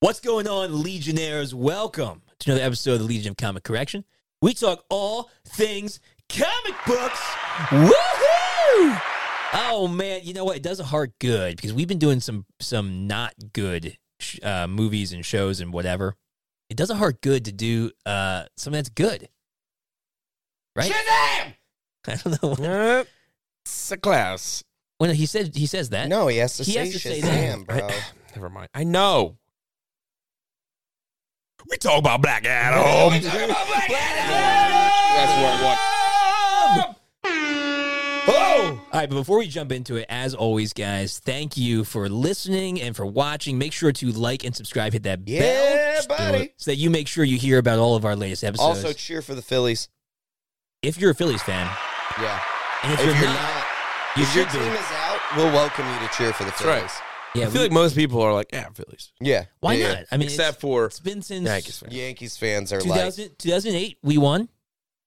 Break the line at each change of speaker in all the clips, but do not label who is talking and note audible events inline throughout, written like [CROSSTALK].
What's going on, Legionnaires? Welcome to another episode of the Legion of Comic Correction. We talk all things comic books. Woohoo! Oh man, you know what? It does a heart good because we've been doing some some not good sh- uh, movies and shows and whatever. It does a heart good to do uh, something that's good, right?
Shazam!
[LAUGHS] I don't know.
Yep. It's a class.
When he said he says that,
No, he has to
Eh? He
say
has to say
Shazam,
I-
bro. [LAUGHS]
never mind. I know. We talk about Black Adam. we talk about Black Adam. That's what I want.
All right, but before we jump into it, as always, guys, thank you for listening and for watching. Make sure to like and subscribe. Hit that
Yeah,
bell, Just do
buddy.
it, so that you make sure you hear about all of our latest episodes.
Also, cheer for the Phillies.
if you're a Phillies fan,
Yeah.
and if,
If you're not,
you
if your
should be.
team is out, we'll welcome you to cheer for the
That's
Phillies.
right.
yeah,
I feel like most people are like, yeah, Phillies.
Yeah.
why
yeah.
not? I mean, it's-
Except for
it's been since
Yankees fans.
Yankees fans are like, Mm-hmm.
2000, 2008 we won,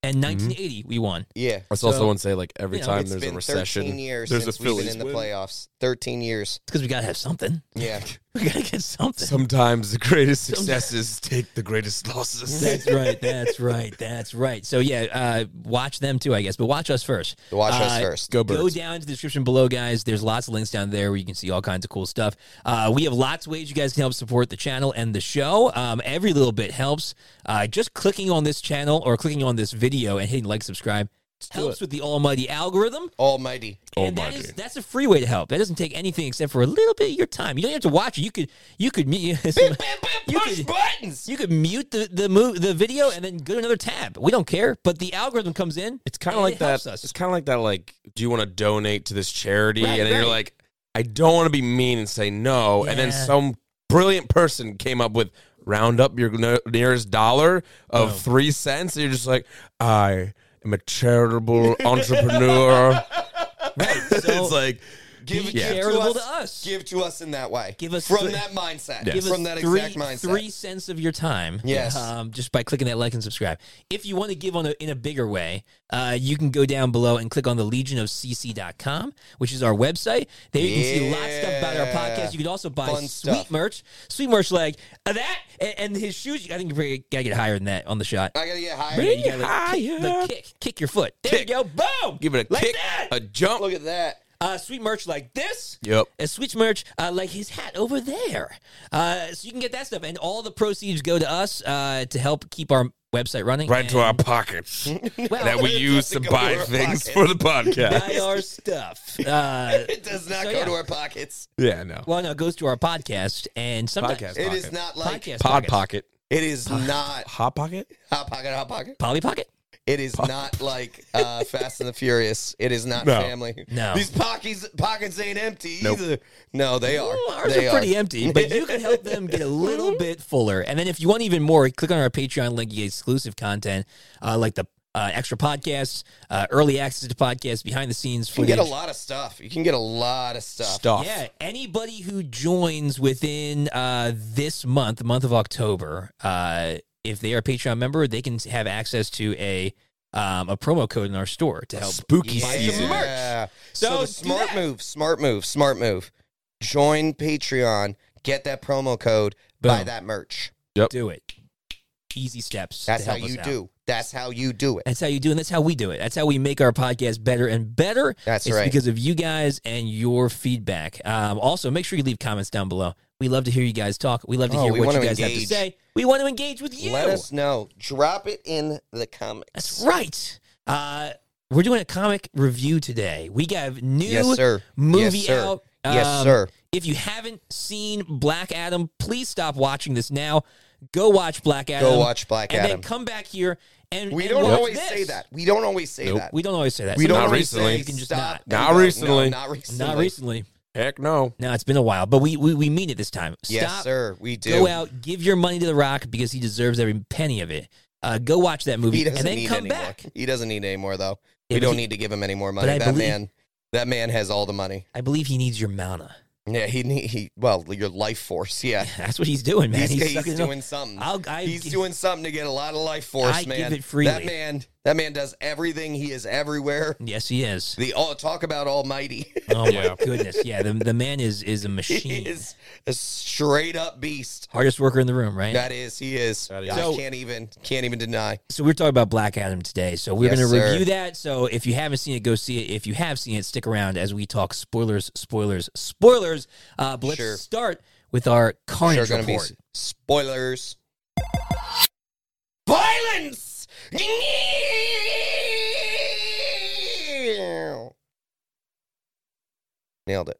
and 1980 we won.
yeah.
I saw
So,
someone say like every
you know,
time
It's
there's a
been
recession,
13 years
there's
since
a
we've been
Phillies
in the
win.
playoffs. 13 years.
It's because we gotta have something. [LAUGHS]
Yeah.
We gotta get something.
Sometimes the greatest successes take the greatest
[LAUGHS]
losses.
That's right. That's right. That's right. So yeah, uh, watch them too, I guess. But watch us first.
[LAUGHS] Watch us
Uh,
first.
Go
Go
Birds.
down to the description below, guys. There's lots of links down there where you can see all kinds of cool stuff. Uh, we have lots of ways you guys can help support the channel and the show. Um, every little bit helps. Uh, just clicking on this channel or clicking on this video and hitting like, subscribe helps with the almighty algorithm. [LAUGHS]
Almighty.
Oh
And that is, that's a free way to help. That doesn't take anything except for a little bit of your time. You don't have to watch it. You could you could mute [LAUGHS] You
Push
could-
buttons.
you could mute the the, mo- the video and then go to another tab. We don't care. But the algorithm comes in.
It's kind
and
of like
it
that.
helps us.
It's kind of like that. Like, do you want to donate to this charity?
Right,
and then
right.
you're like, I don't want to be mean and say no. And then
Yeah.
some brilliant person came up with round up your no- nearest dollar of
Wow.
three cents. And you're just like, I am a charitable
[LAUGHS]
entrepreneur.
So-
[LAUGHS] it's like,
Give
Be
give to
charitable
us-
to us.
Give to us in that way.
Give us
from
three-
that mindset.
Yes.
give
From
us
that
three,
exact mindset.
three cents of your time.
Yes.
Um, just by clicking that like and subscribe. If you want to give on a, in a bigger way, uh, you can go down below and click on the legionofcc.com, which is our website. There you can see lots of stuff about our
Yeah.
podcast. You can also buy
Fun
sweet
stuff.
merch. Sweet merch like uh, that and, and his shoes. I think you probably gotta get higher than that on the shot.
I got to get
Yeah,
higher.
you gotta like, kick,
higher.
like, kick, kick your foot. There
Kick.
you go. Boom.
give it a
like
kick,
that.
a jump.
Look at that.
Uh, sweet merch like this.
Yep.
And Switch merch, uh, like his hat over there. Uh, so you can get that stuff, and all the proceeds go to us uh, to help keep our website running.
Right
and
to
[LAUGHS]
our pockets
Well-
[LAUGHS] that we use to
Go
buy
to our
things
pocket.
for
[LAUGHS]
the podcast.
buy our stuff. Uh,
It does not
So,
go
yeah.
to our pockets.
yeah, no.
well, no, it goes to our podcast and sometimes
Podcast.
It is
Pocket.
not like
podcast
Pod
pockets.
pocket.
It is not
Hot pocket?
hot pocket, hot pocket.
Polly Pocket.
It is not like uh, Fast and the Furious. It is not
No.
family.
No.
these pockets pockets ain't empty
Nope.
either. No, they are.
Ooh, ours
they
are pretty empty, but you can help them get a little bit fuller. And then if you want even more, click on our Patreon link. You get exclusive content uh, like the uh, extra podcasts, uh, early access to podcasts, behind the scenes
You can get
footage.
a lot of stuff. You can get a lot of stuff.
Stuff.
Yeah, anybody who joins within uh, this month, the month of October, uh, if they are a Patreon member, they can have access to a um, a promo code in our store to help.
Spooky
Buy
season.
some merch.
So,
So do
the smart
that.
move, smart move, smart move. Join Patreon. Get that promo code. Buy
Boom.
that merch.
Do it. Easy steps. to
That's how
help us
you
out.
do. That's how you do it.
That's how you do, and that's how we do it. That's how we make our podcast better and better.
That's
it's
right.
because of you guys and your feedback. Um, also, make sure you leave comments down below. We love to hear you guys talk. We love to
Oh,
hear
we
what you
wanna
guys have to
engage.
say. We want to engage with you.
Let us know. Drop it in the comments.
That's right. Uh, we're doing a comic review today. We got new
Yes, sir.
movie
yes, sir.
out.
yes,
Um,
sir.
If you haven't seen Black Adam, please stop watching this now. Go watch Black Adam.
Go watch Black
and
Adam.
then come back here and
We
and
don't
watch
always
this.
say that. We don't always say
Nope.
that.
We don't always say that.
We
Sometimes
Not
always
recently.
say
You can just
stop.
not. Not
No, no,
recently.
not recently.
Not recently.
Heck no.
No, it's been a while, but we we, we mean it this time. Stop.
Yes, sir. We do.
Go out, give your money to The Rock because he deserves every penny of it. Uh, go watch that movie
He
and
doesn't
then
need
come
any
back.
more. He doesn't need any more though.
Yeah,
we
but
don't
he-
need to give him any more
I
money. That
believe-
man. That man has all the money.
I believe he needs your mana.
Yeah, he need he. Well, your life force. [LAUGHS] Yeah,
That's what he's doing, [LAUGHS] man.
he's, he's
sucking it up.
doing something.
I'll, I,
he's doing something to get a lot of life force,
I give
man.
it freely.
That man That man does everything. He
[LAUGHS]
is everywhere.
Yes, he
[LAUGHS]
is.
The all talk about almighty. [LAUGHS]
Oh
Yeah.
my goodness. Yeah, the, the man is is a
he
machine.
is a straight up beast.
Hardest worker in the room, right?
That is, he is.
That is.
I
So-
can't even can't even deny.
So we're talking about Black Adam today. So we're
Yes,
going to
sir.
review that. So if you haven't seen it, go see it. If you have seen it, stick around as we talk spoilers, spoilers, spoilers. Uh, but let's
Sure.
start with our
Sure,
Carnage
gonna be
report.
s- spoilers. Violence. Nailed it.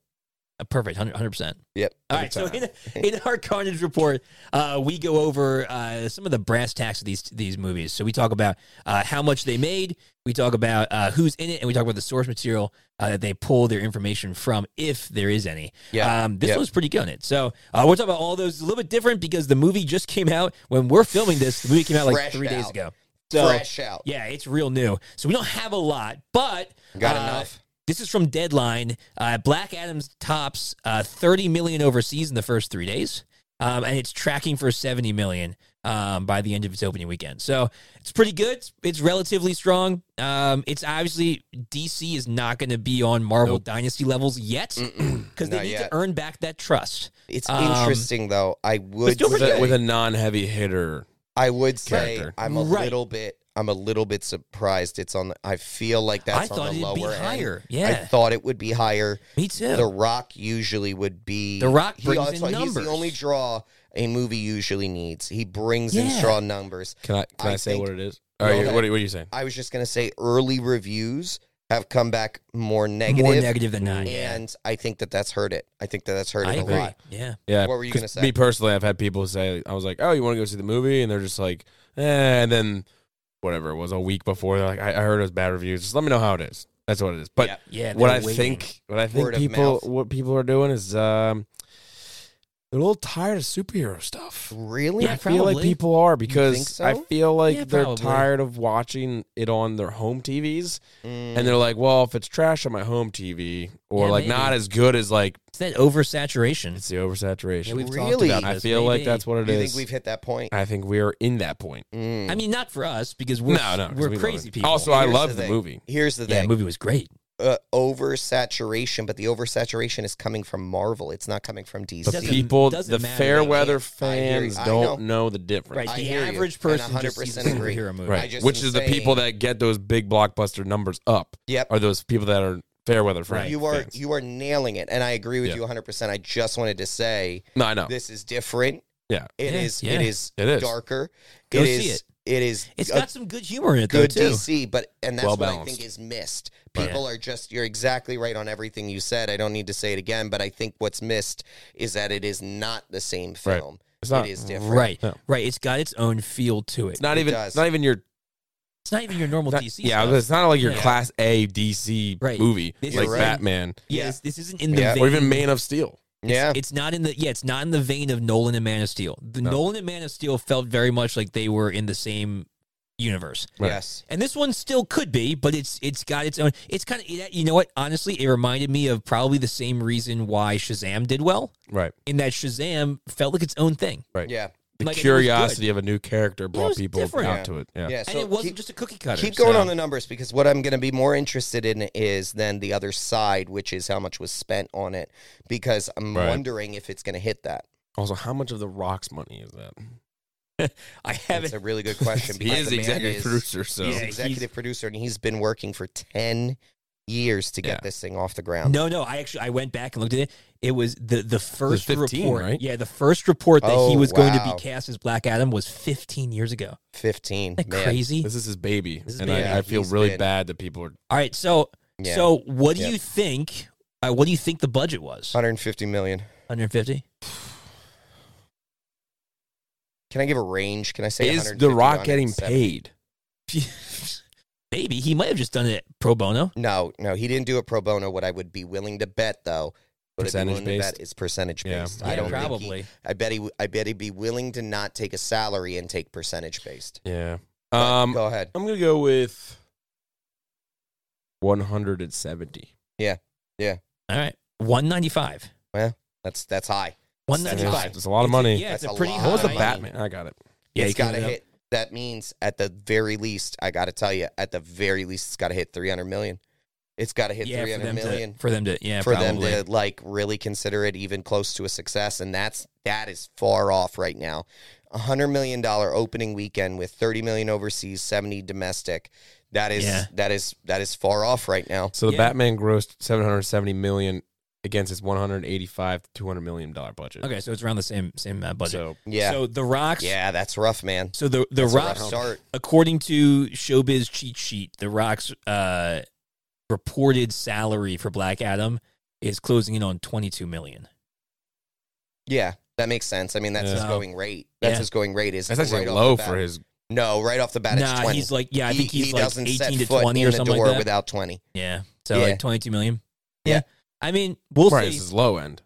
Uh, perfect, hundred percent.
Yep.
All
every
right. So
time.
in, in our Carnage report, uh, we go over uh, some of the brass tacks of these these movies. So we talk about uh, how much they made. We talk about uh, who's in it, and we talk about the source material uh, that they pull their information from, if there is any.
Yeah.
Um, this
Yep.
one's pretty good. It. So uh, we're talking about all those a little bit different because the movie just came out when we're filming this. The movie came out like
Fresh
three days
out.
ago. So
fresh out.
uh, yeah, it's real new. So we don't have a lot, but
Got
uh,
enough.
This is from Deadline. Uh, Black Adam's tops uh, 30 million overseas in the first three days, um, and it's tracking for 70 million um, by the end of its opening weekend. So it's pretty good. It's, it's relatively strong. Um, it's obviously DC is not going to be on Marvel
Nope.
Dynasty levels yet [CLEARS THROAT] because they
Not
need
yet.
to earn back that trust.
It's
Um,
interesting though. I would
still
With
pretty
a,
say,
with a non-heavy hitter.
I would say
character.
I'm a
Right.
little bit I'm a little bit surprised it's on the, I feel like
I
that's
thought
on the
it'd
lower
be
end.
higher.
I
Yeah,
thought it would be higher.
me too.
The Rock usually would be
The Rock brings
that's
in
why He's
numbers.
the only draw a movie usually needs. He brings in
Yeah.
straw numbers.
Can I can I,
I
say
think-
what it is?
Go
All right,
ahead.
what, are, what are you saying?
I was just gonna say early reviews have come back more negative,
More negative than not. Yeah,
and I think that that's hurt it. I think that that's hurt
I
it a
agree.
lot.
Yeah.
Yeah.
What were you
'cause
gonna say?
Me personally, I've had people say, I was like, oh, you want to go see the movie? And they're just like, eh. And then whatever, it was a week before, they're like, I, I heard it was bad reviews. Just let me know how it is. That's what it is. But
Yeah.
Yeah,
what
they're
I
waiting.
think, what I think
Word of
people,
mouth.
what people are doing is, um, they're a little tired of superhero stuff.
Really?
Yeah,
I feel like
probably.
people are
think
because
so?
I feel like
Yeah,
they're
probably.
tired of watching it on their home TVs,
Mm,
and they're like, "Well, if it's trash on my home TV, or
Yeah,
like
maybe.
not as good as like
It's that oversaturation.
it's the oversaturation."
Yeah, we've
Really?
talked about
I
this,
feel like
maybe.
that's what it
you
is.
think we've hit that point?
I think we are in that point.
Mm.
I mean, not for us because we're
no, no, 'cause
we're
we love
crazy
it.
people.
Also, I
Here's
love
the
the
thing.
movie.
Here's the
yeah,
thing:
the movie was great.
uh, oversaturation, but the oversaturation is coming from Marvel. It's not coming from DC.
The
doesn't-
people,
doesn't
the
matter.
fair weather
I hear you.
fans
I
don't know. the
Right,
difference.
I
the
hear you,
average
and
person just sees a
100% agree.
superhero movie.
I
Right,
just
which
am
is the people
saying-
that get those big blockbuster numbers up
Yep.
are those people that are fair weather fans.
Right.
you are
fans.
you are nailing it, and I agree with
Yeah.
you 100. percent I just wanted to say
no, I know.
this is different.
Yeah.
it
Yeah,
is.
yeah.
It is.
It is.
darker.
Go
it
see
is-
it.
It is.
It's
a
got some good humor in it
good
though too.
DC, but and that's what I
Well-balanced.
think is missed.
Right.
People are just you're exactly right on everything you said. I don't need to say it again, but I think what's missed is that it is not the same
Right.
film.
It's not.
It is different.
Right,
Yeah.
right. It's got its own feel to it.
It's not
It
even.
does.
It's not even your.
It's not even your normal
not-
DC.
yeah,
stuff.
it's not like your
Yeah.
class A DC
Right.
movie
This
like
is-
Batman
yeah.
yeah.
This, this isn't in the
Yeah.
vein.
or even Man of Steel.
Yeah.
It's not in the yeah. It's not in the vein of Nolan and Man of Steel. The
No.
Nolan and Man of Steel felt very much like they were in the same universe.
Right.
Yes.
And this one still could be, but it's it's got its own. It's kind of you know what? Honestly, it reminded me of probably the same reason why Shazam did well.
Right.
In that Shazam felt like its own thing,
Right.
Yeah.
The
Like, it was
curiosity of a new character brought
was
people
different.
out
Yeah.
to it. Yeah.
Yeah.
and
So
it wasn't
keep,
just a cookie cutter.
keep going
so-
on the numbers because what I'm going to be more interested in is then the other side, which is how much was spent on it, because I'm
Right.
wondering if it's going to hit that.
Also, how much of the Rock's money is that?
I
That's
haven't.
a really good question.
[LAUGHS] He
because
is
the man
executive
is-
producer, so
He's
Yeah,
executive
he's-
producer, and he's been working for ten years to get
Yeah.
this thing off the ground.
No, no. I actually I went back and looked at it. It was the the first
15,
report.
right?
Yeah, the first report that he
Oh,
was going to
wow.
be cast as Black Adam was 15 years ago.
Fifteen.
Isn't that
man.
crazy?
this is his baby,
This is
and
baby.
I, I feel
He's
really
been-
bad that people are.
All right. So
Yeah.
so what do
Yeah.
you think? Uh, what do you think the budget was?
150 million.
150.
Can I give a range? Can I say
Is
150
the
to
Rock getting
170?
paid?
[LAUGHS] Maybe he might have just done it pro bono.
No, no, he didn't do it pro bono. What I would be willing to bet, though, what I'd be willing to
Percentage-based?
bet is percentage
Yeah.
based.
Yeah,
I don't Think
probably.
he, I bet he. w- I bet he'd be willing to not take a salary and take percentage based.
Yeah.
But
Um,
go ahead.
I'm gonna go with 170.
All right. 195.
That's that's high.
One ninety
It's-
five.
It's a lot of money.
Yeah, it's
That's
a
a
pretty.
lot
high
What was the
of
number.
money.
Batman? I got it.
Yeah,
it's
you can
got to
look it up.
hit That means at the very least, I got to tell you, at the very least, it's got to hit 300 million. It's got to hit
yeah, for
300
them
million
to for them to yeah
for
probably.
them to like really consider it even close to a success and that's that is far off right now a hundred million dollar opening weekend with 30 million overseas 70 domestic that is
Yeah.
that is that is far off right now
So the
Yeah.
Batman grossed 770 million against its 185 to 200 million dollar budget.
Okay, so it's around the same same uh, budget.
So
yeah
So the Rock's
yeah that's rough man
So the the
That's a rough
Rock's
start
according to Showbiz cheat sheet, the Rock's uh, reported salary for Black Adam is closing in on twenty two million.
yeah that makes sense i mean that's
Yeah.
his
So-
going rate that's
Yeah.
his going rate is
that's actually
right off
low
the
for
bat.
his.
no right off the bat it's
nah,
20
he's like yeah, I think
he,
he's
he
like
doesn't set
eighteen to
foot
twenty
in
or
the
something
door
like that.
without 20
yeah, so
Yeah.
like twenty two million.
Yeah.
I mean we'll
Right,
see.
it's his low end.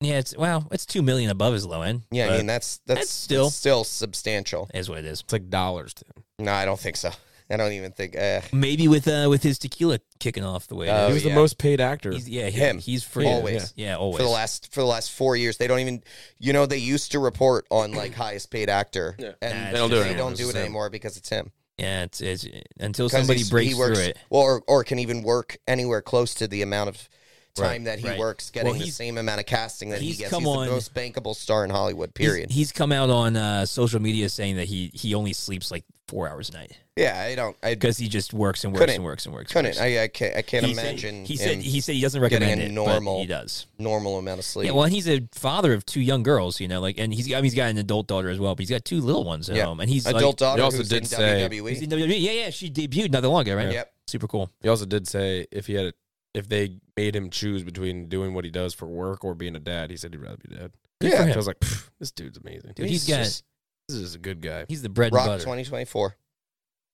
yeah, it's well, it's two million above his low end.
yeah i
but
mean that's that's,
that's still-
still substantial
is what it is.
It's like dollars to him.
no i don't think so i don't even think uh,
Maybe with uh with his tequila kicking off the way. it
Oh,
he
is.
was
yeah.
the most paid actor.
He's, yeah, he-
Him.
He's free.
Always.
Yeah, always.
for the last for the last four years. They don't even, you know, they used to report on like highest paid actor,
Yeah.
Nah,
and
they don't do it
they
anymore.
don't
It's
do it
just him.
anymore because it's him.
yeah, it's, it's until
'Cause
somebody
he's-
breaks
he works,
through it.
well, or or can even work anywhere close to the amount of time that he
right.
works, getting
Well,
the
he's-
same amount of casting that he
he's
gets.
come
he's
on-
the most bankable star in Hollywood.
He's-
Period.
He's, come out on uh, social media saying that he he only sleeps like four hours a night
yeah, I don't, I
because he just works and works
Couldn't-
and works and works. and works.
couldn't, I, I can't, I can't
He said-
imagine
he said
him
he said he doesn't
getting
recommend
a
it,
normal
but he does.
normal amount of sleep.
Yeah, well, and he's a father of two young girls, you know, like, and he's I mean, he's got an adult daughter as well, but he's got two little ones at
Yeah.
home, and he's
Adult daughter
also
who's
did
in
say-
like, he's
WWE.
in WWE. Yeah, yeah, she debuted not that long ago, right?
Yep.
super cool.
He also did say if he had, a, if they made him choose between doing what he does for work or being a dad, he said he'd rather be dad.
Good for
Yeah.
So I
him.
was like, "Pff, this dude's amazing.
Dude,
he's
he's got
just-
This is a good guy.
he's the bread and
Rock
butter.
twenty twenty four.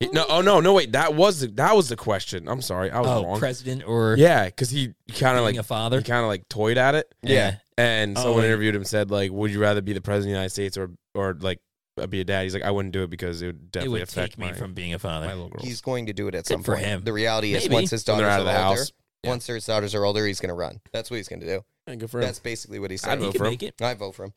He- no, oh no, no wait, that was the, that was the question. I'm sorry, I was
oh,
wrong.
president or
yeah, because he kind
being
of like
a
he
father.
kind of like toyed at it.
Yeah.
And
Oh,
someone
yeah.
interviewed him said like, "Would you rather be the president of the United States or or like uh, be a dad?" He's like, "I wouldn't do it because it would
it
definitely
would
affect
take me
my,
from being a father.
my little girl."
He's going to do it at some
for
point.
him.
The reality is,
Maybe.
once his
When
daughters
they're out of the
are older,
house. Yeah.
once his daughters are older, he's going to run. That's what he's going to do.
Yeah, good for him.
That's basically what he
I'd
said.
he
vote
could
for him.
make it.
I vote for him.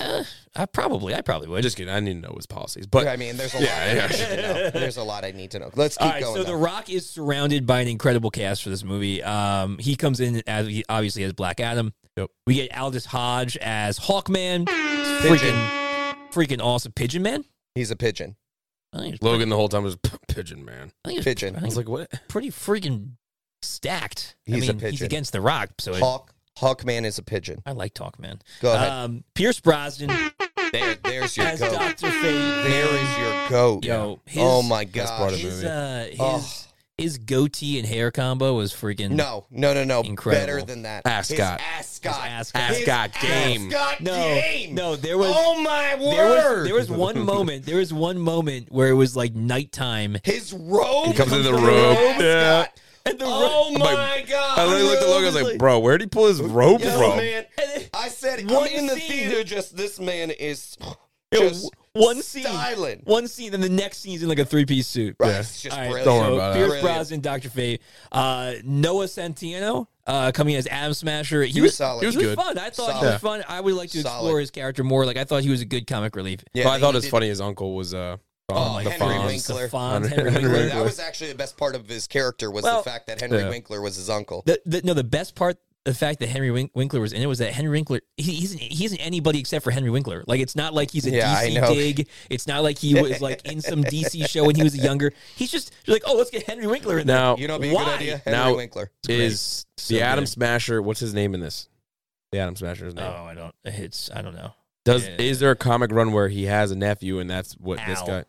Uh, I probably, I probably would.
Just kidding. I need to know his policies, but
I mean, there's a lot.
Yeah,
I need to
yeah.
know. [LAUGHS] There's a lot I need to know. Let's keep
All right,
going.
so The
though.
Rock is surrounded by an incredible cast for this movie. Um, he comes in as he obviously as Black Adam.
Yep.
We get Aldous Hodge as Hawkman.
Pigeon.
Freaking, freaking awesome Pigeon Man.
he's a pigeon.
I think it's-
Logan the whole time was [LAUGHS] pigeon man.
I think it's-
Pigeon.
I
I
think
was
it's
like, "What?"
pretty freaking stacked. I
He's a
mean, He's
pigeon.
against The Rock, so it,
Hawk. Hawkman is a pigeon.
I like Hawkman.
Go ahead.
Um, Pierce Brosnan
there, there's your
as
goat.
Doctor Fate.
There is your goat.
Yo, his,
oh my
Best part
god.
of the
his,
movie.
uh, his,
Oh.
his goatee and hair combo was freaking
No, no, no, no.
Incredible.
Better than that.
Ascot.
His ascot.
His ascot.
His
Ascot game.
ascot
No,
game.
no, there was
oh my word.
There was, there was
[LAUGHS]
one moment. There was one moment where it was like nighttime,
His robe.
He comes in the
from
robe.
ascot.
Yeah.
and the ro-
Oh my
like-
god!
I literally looked at Logan. I was like, "Bro, where would he pull his rope
Yo,
from?"
man,
and
I said,
One
I'm in the
scene.
theater. Just this man is
then-
[SIGHS] just
one scene,
styling.
one scene, then the next scene's in like a three piece suit.
Right, it's just
All right,
brilliant.
Don't worry
so
about it.
Pierce
Brilliant.
Brosnan, Doctor Fate, uh, Noah Santino uh, coming in as Adam Smasher. He,
He was solid.
He was
He was good.
fun. I thought he
Solid.
was fun. I would like to explore
Solid.
his character more. Like I thought he was a good comic relief.
Yeah,
Well, I
he
thought it was
did-
funny. His uncle was uh,
Oh,
the
Henry
Fonz.
Winkler.
Fonz,
Henry
Henry Winkler.
Winkler.
That was actually the best part of his character was
Well-
the fact that Henry
Yeah.
Winkler was his uncle.
The, the, no, the best part, the fact that Henry Wink- Winkler was in it was that Henry Winkler, he, he isn't he isn't anybody except for Henry Winkler. Like it's not like he's a
Yeah, I
DC
know.
dig. It's not like he was like in some
[LAUGHS]
DC show when he was younger. He's just you're like, oh, let's get Henry Winkler in
Now
You know, what'd be a
Why?
good idea. Henry
Now-
Winkler.
is
So
the Adam
good.
Smasher. What's his name in this? The Adam Smasher's
there.
name.
Oh, I don't. It's I don't know.
Does
yeah.
is there a comic run where he has a nephew and that's what this
Al.
guy?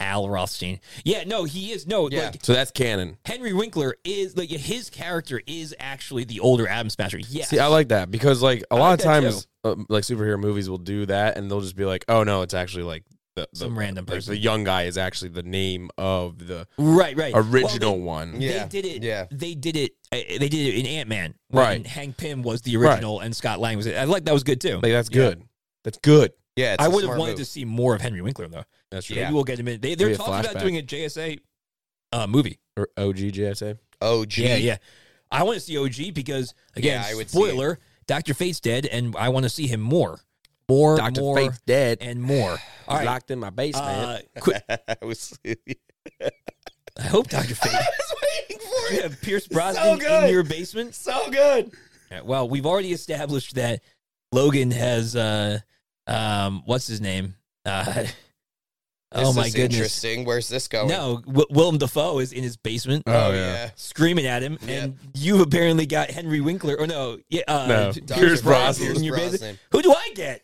Al Rothstein. Yeah, no, he is no
Yeah.
like.
So that's canon.
Henry Winkler is like his character is actually the older Adam Smasher. Yes,
See, I like that because like a
I
lot
like
of
that
times, uh, like superhero movies will do that, and they'll just be like, "Oh no, it's actually like the, the
some random
like,
person.
the young guy is actually the name of the
right, right. Well, they-
original one."
Yeah.
They did it.
Yeah.
They did it. uh, They did it in Ant Man.
Right.
Hank Pym was the original, and Scott Lang was it. I like that was good too.
Like that's good. That's good.
Yeah, it's
I
a
would have
smart
wanted to
move.
see more of Henry Winkler though.
That's true.
Maybe
Yeah.
we'll get him in. They, they're
Maybe a
talking about
flashback.
doing a JSA uh, movie.
Or OGJSA.
Oh, gee.
Yeah, yeah. I want to see OG because again,
Yeah, I would see
spoiler: Doctor Fate's dead, and I want to see him more. more,
Doctor
more,
Fate's dead.
and more. All
He's
right.
locked in my basement.
Uh, quick,
[LAUGHS] I was, [LAUGHS] I
I hope Doctor
[LAUGHS]
Fate. [LAUGHS]
was waiting for
you
it.
have Pierce Brosnan in
good.
your basement.
So good.
All right, Well, we've already established that Logan has uh um what's his name? Uh [LAUGHS] Oh
This
my
is
goodness.
Interesting. Where's this going?
No, Wi- Willem Dafoe is in his basement
Oh, yeah.
screaming at him and you apparently got Henry Winkler or no, yeah uh
No.
Pierce
Dr.
Pierce Brosnan.
in your
Brosnan.
basement. Who do I get?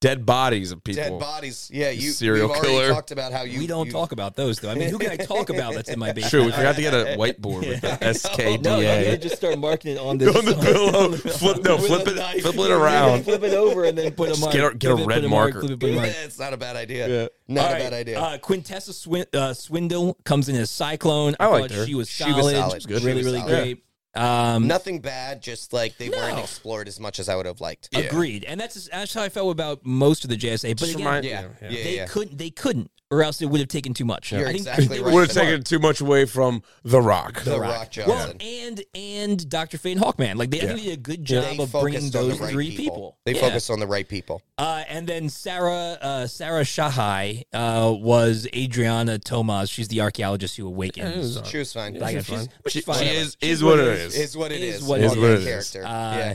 Dead bodies of people.
Dead bodies. Yeah, you
Serial
we've already
killer.
talked about how you
we don't
you-
talk about those though. I mean, who can I talk about that's [LAUGHS] in my basement?
True, we forgot to get
[LAUGHS]
a whiteboard with
Yeah.
the
No, you gotta
SKDA.
just start marking it [LAUGHS] on this
[LAUGHS] on the pillow. Flip, no,
With
flip
a
it,
knife.
flip it around.
Flip it over and then put a
Just
mark.
get a- get a
Flip it,
red
put
marker.
Mark, flip it, put a mark.
[LAUGHS] It's not a bad idea.
Yeah.
Not
All
a
right,
bad idea.
Uh, Quintessa Swin- uh, Swindle comes in as Cyclone. I,
I liked
thought
her.
She was
She
solid.
was solid. She was
Really, really
solid.
great.
Mm.
Um,
Nothing bad. Just like they weren't
No.
explored as much as I would have liked.
Yeah.
Agreed. And that's that's how I felt about most of the JSA. [LAUGHS] But
Just
again,
remind-
Yeah.
Yeah,
Yeah.
yeah.
Yeah.
they couldn't. They couldn't, or else it would have taken too much.
You're
I think
exactly
they
right.
were
Would have
smart.
taken too much away from The Rock.
The, Rock,
Well,
Johnson.
and and Doctor Fate and Hawkman. Like they, I think
Yeah.
they did a good
They
job of
focused
bringing
on
those
the right
three people.
They
Yeah.
focused on the right people.
Uh, and then Sarah uh, Sarah Shahai uh, was Adriana Tomas. She's the archaeologist who awakens.
She was fine.
Like,
she's
Uh, she's-
fine.
she's
She,
fine.
she is is what it is.
is what it
Is
is.
what
it
on
is.
that
Is what it is.
character.
Uh,
yeah.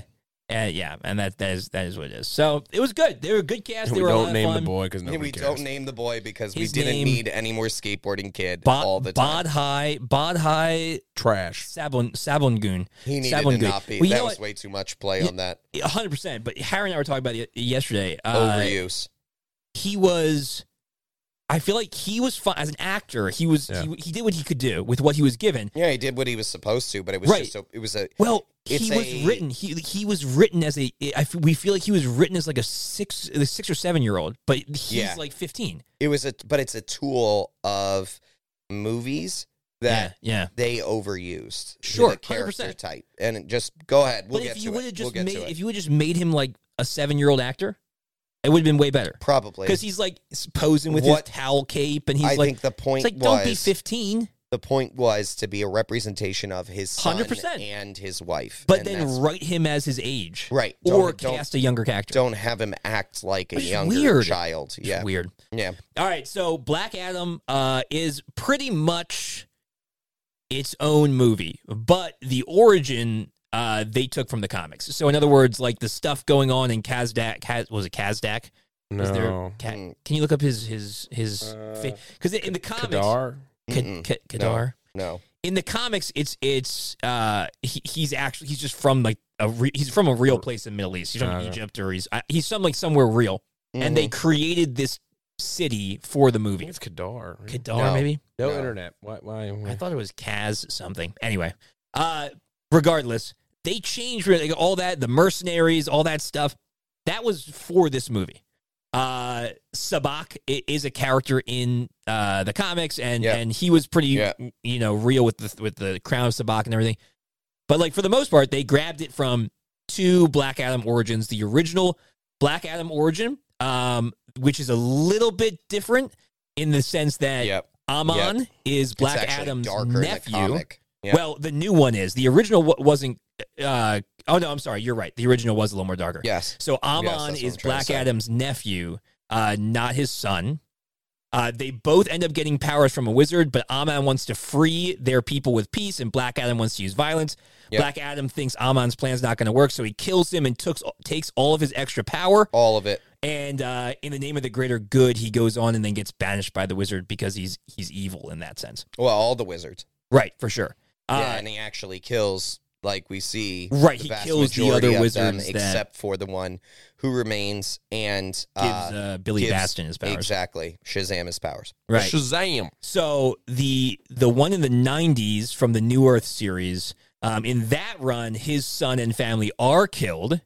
And yeah, and that that is that is what it is. So it was good. They were a good cast.
And
they
we
were a lot
don't
of
name the
fun.
boy because
And
nobody
we
cares.
don't name the boy because we
His
didn't
name-
need any more skateboarding kid
Bod,
all the time.
Bodhi Bodhi
Trash.
Sabon Sabongoon.
he needed
Sabon
to
Goon.
not be.
Well, you
that
know
was
what?
way too much play
Yeah.
on that
A hundred percent. But Harry and I were talking about it yesterday. Uh,
overuse.
he was. I feel like he was fun as an actor. He was
Yeah.
he, he did what he could do with what he was given.
Yeah, he did what he was supposed to, but it was
Right.
just a, it was a
Well,
It's
he was
a-
written. He he was written as a. I f- we feel like he was written as like a six a six or seven year old, but he's
Yeah.
like fifteen.
it was a but it's a tool of movies that
yeah, yeah.
they overused. with
Sure,
a character
100%.
type, and it just go ahead. We'll
but
get
if you
to
would
it.
have just
we'll get
made
to it.
if you would just made him like a seven year old actor, it would have been way better
Probably
because he's like s- posing with
What-
his towel cape and he's
I
like,
think the
it's
point
like
was
don't be fifteen.
the point was to be a representation of his son
100%.
and his wife,
But
and
then
that's-
write him as his age,
right
Or
don't, don't,
cast a younger actor.
don't have him act like a
Which is
younger
weird.
child.
It's
Yeah,
weird.
yeah.
All right, so Black Adam uh, is pretty much its own movie, but the origin uh, they took from the comics. So, in other words, like the stuff going on in Kazdak, Kaz, was it Kazdak?
No.
Was there- Ka-
Mm. Uh,
can you look up his his his? Because in the comics,
Kadar?
Ka-
Mm-mm.
Ka- Kadar?
No,
In the comics, it's it's uh, he, he's actually he's just from like a re- he's from a real place in the Middle East. He's from
Uh-huh.
Egypt or he's I- he's from like somewhere real, and they created this city for the
I think
movie.
it's Kadar. right?
Kadar,
No.
maybe.
No,
No.
internet. Why? Why? why?
I thought it was Kaz something. Anyway, uh, regardless, they changed like, all that, the mercenaries, all that stuff. That was for this movie. Uh, Sabak i- is a character in uh, the comics, and
Yeah.
and he was pretty,
Yeah.
you know, real with the with the crown of Sabak and everything. But like for the most part, they grabbed it from two Black Adam origins: the original Black Adam origin, um, which is a little bit different in the sense that
Mm-hmm. Yep.
Amon is
It's
Black
actually
Adam's
darker
nephew.
In the comic. Yeah.
Well, the new one is. The original wa- wasn't. Uh, oh no, I'm sorry. You're right. The original was a little more darker.
Yes.
So Amon
that's what
is
I'm trying to
Black
say.
Adam's nephew, uh, not his son. Uh, they both end up getting powers from a wizard, but Amon wants to free their people with peace, and Black Adam wants to use violence.
Yep.
Black Adam thinks Amon's plan's not going to work, so he kills him and tooks, takes all of his extra power.
All of it.
And uh, in the name of the greater good, he goes on and then gets banished by the wizard because he's he's evil in that sense.
Well, all the wizards.
Right, for sure.
yeah,
Uh,
and he actually kills, like we see.
right,
the
he
vast
kills the
majority
other
of
wizards
them,
that
except for the one who remains and
gives
uh,
uh, Billy
gives-
Bastion his powers.
exactly Shazam his powers.
Right.
Shazam.
So the the one in the '90s from the New Earth series, um, in that run, his son and family are killed.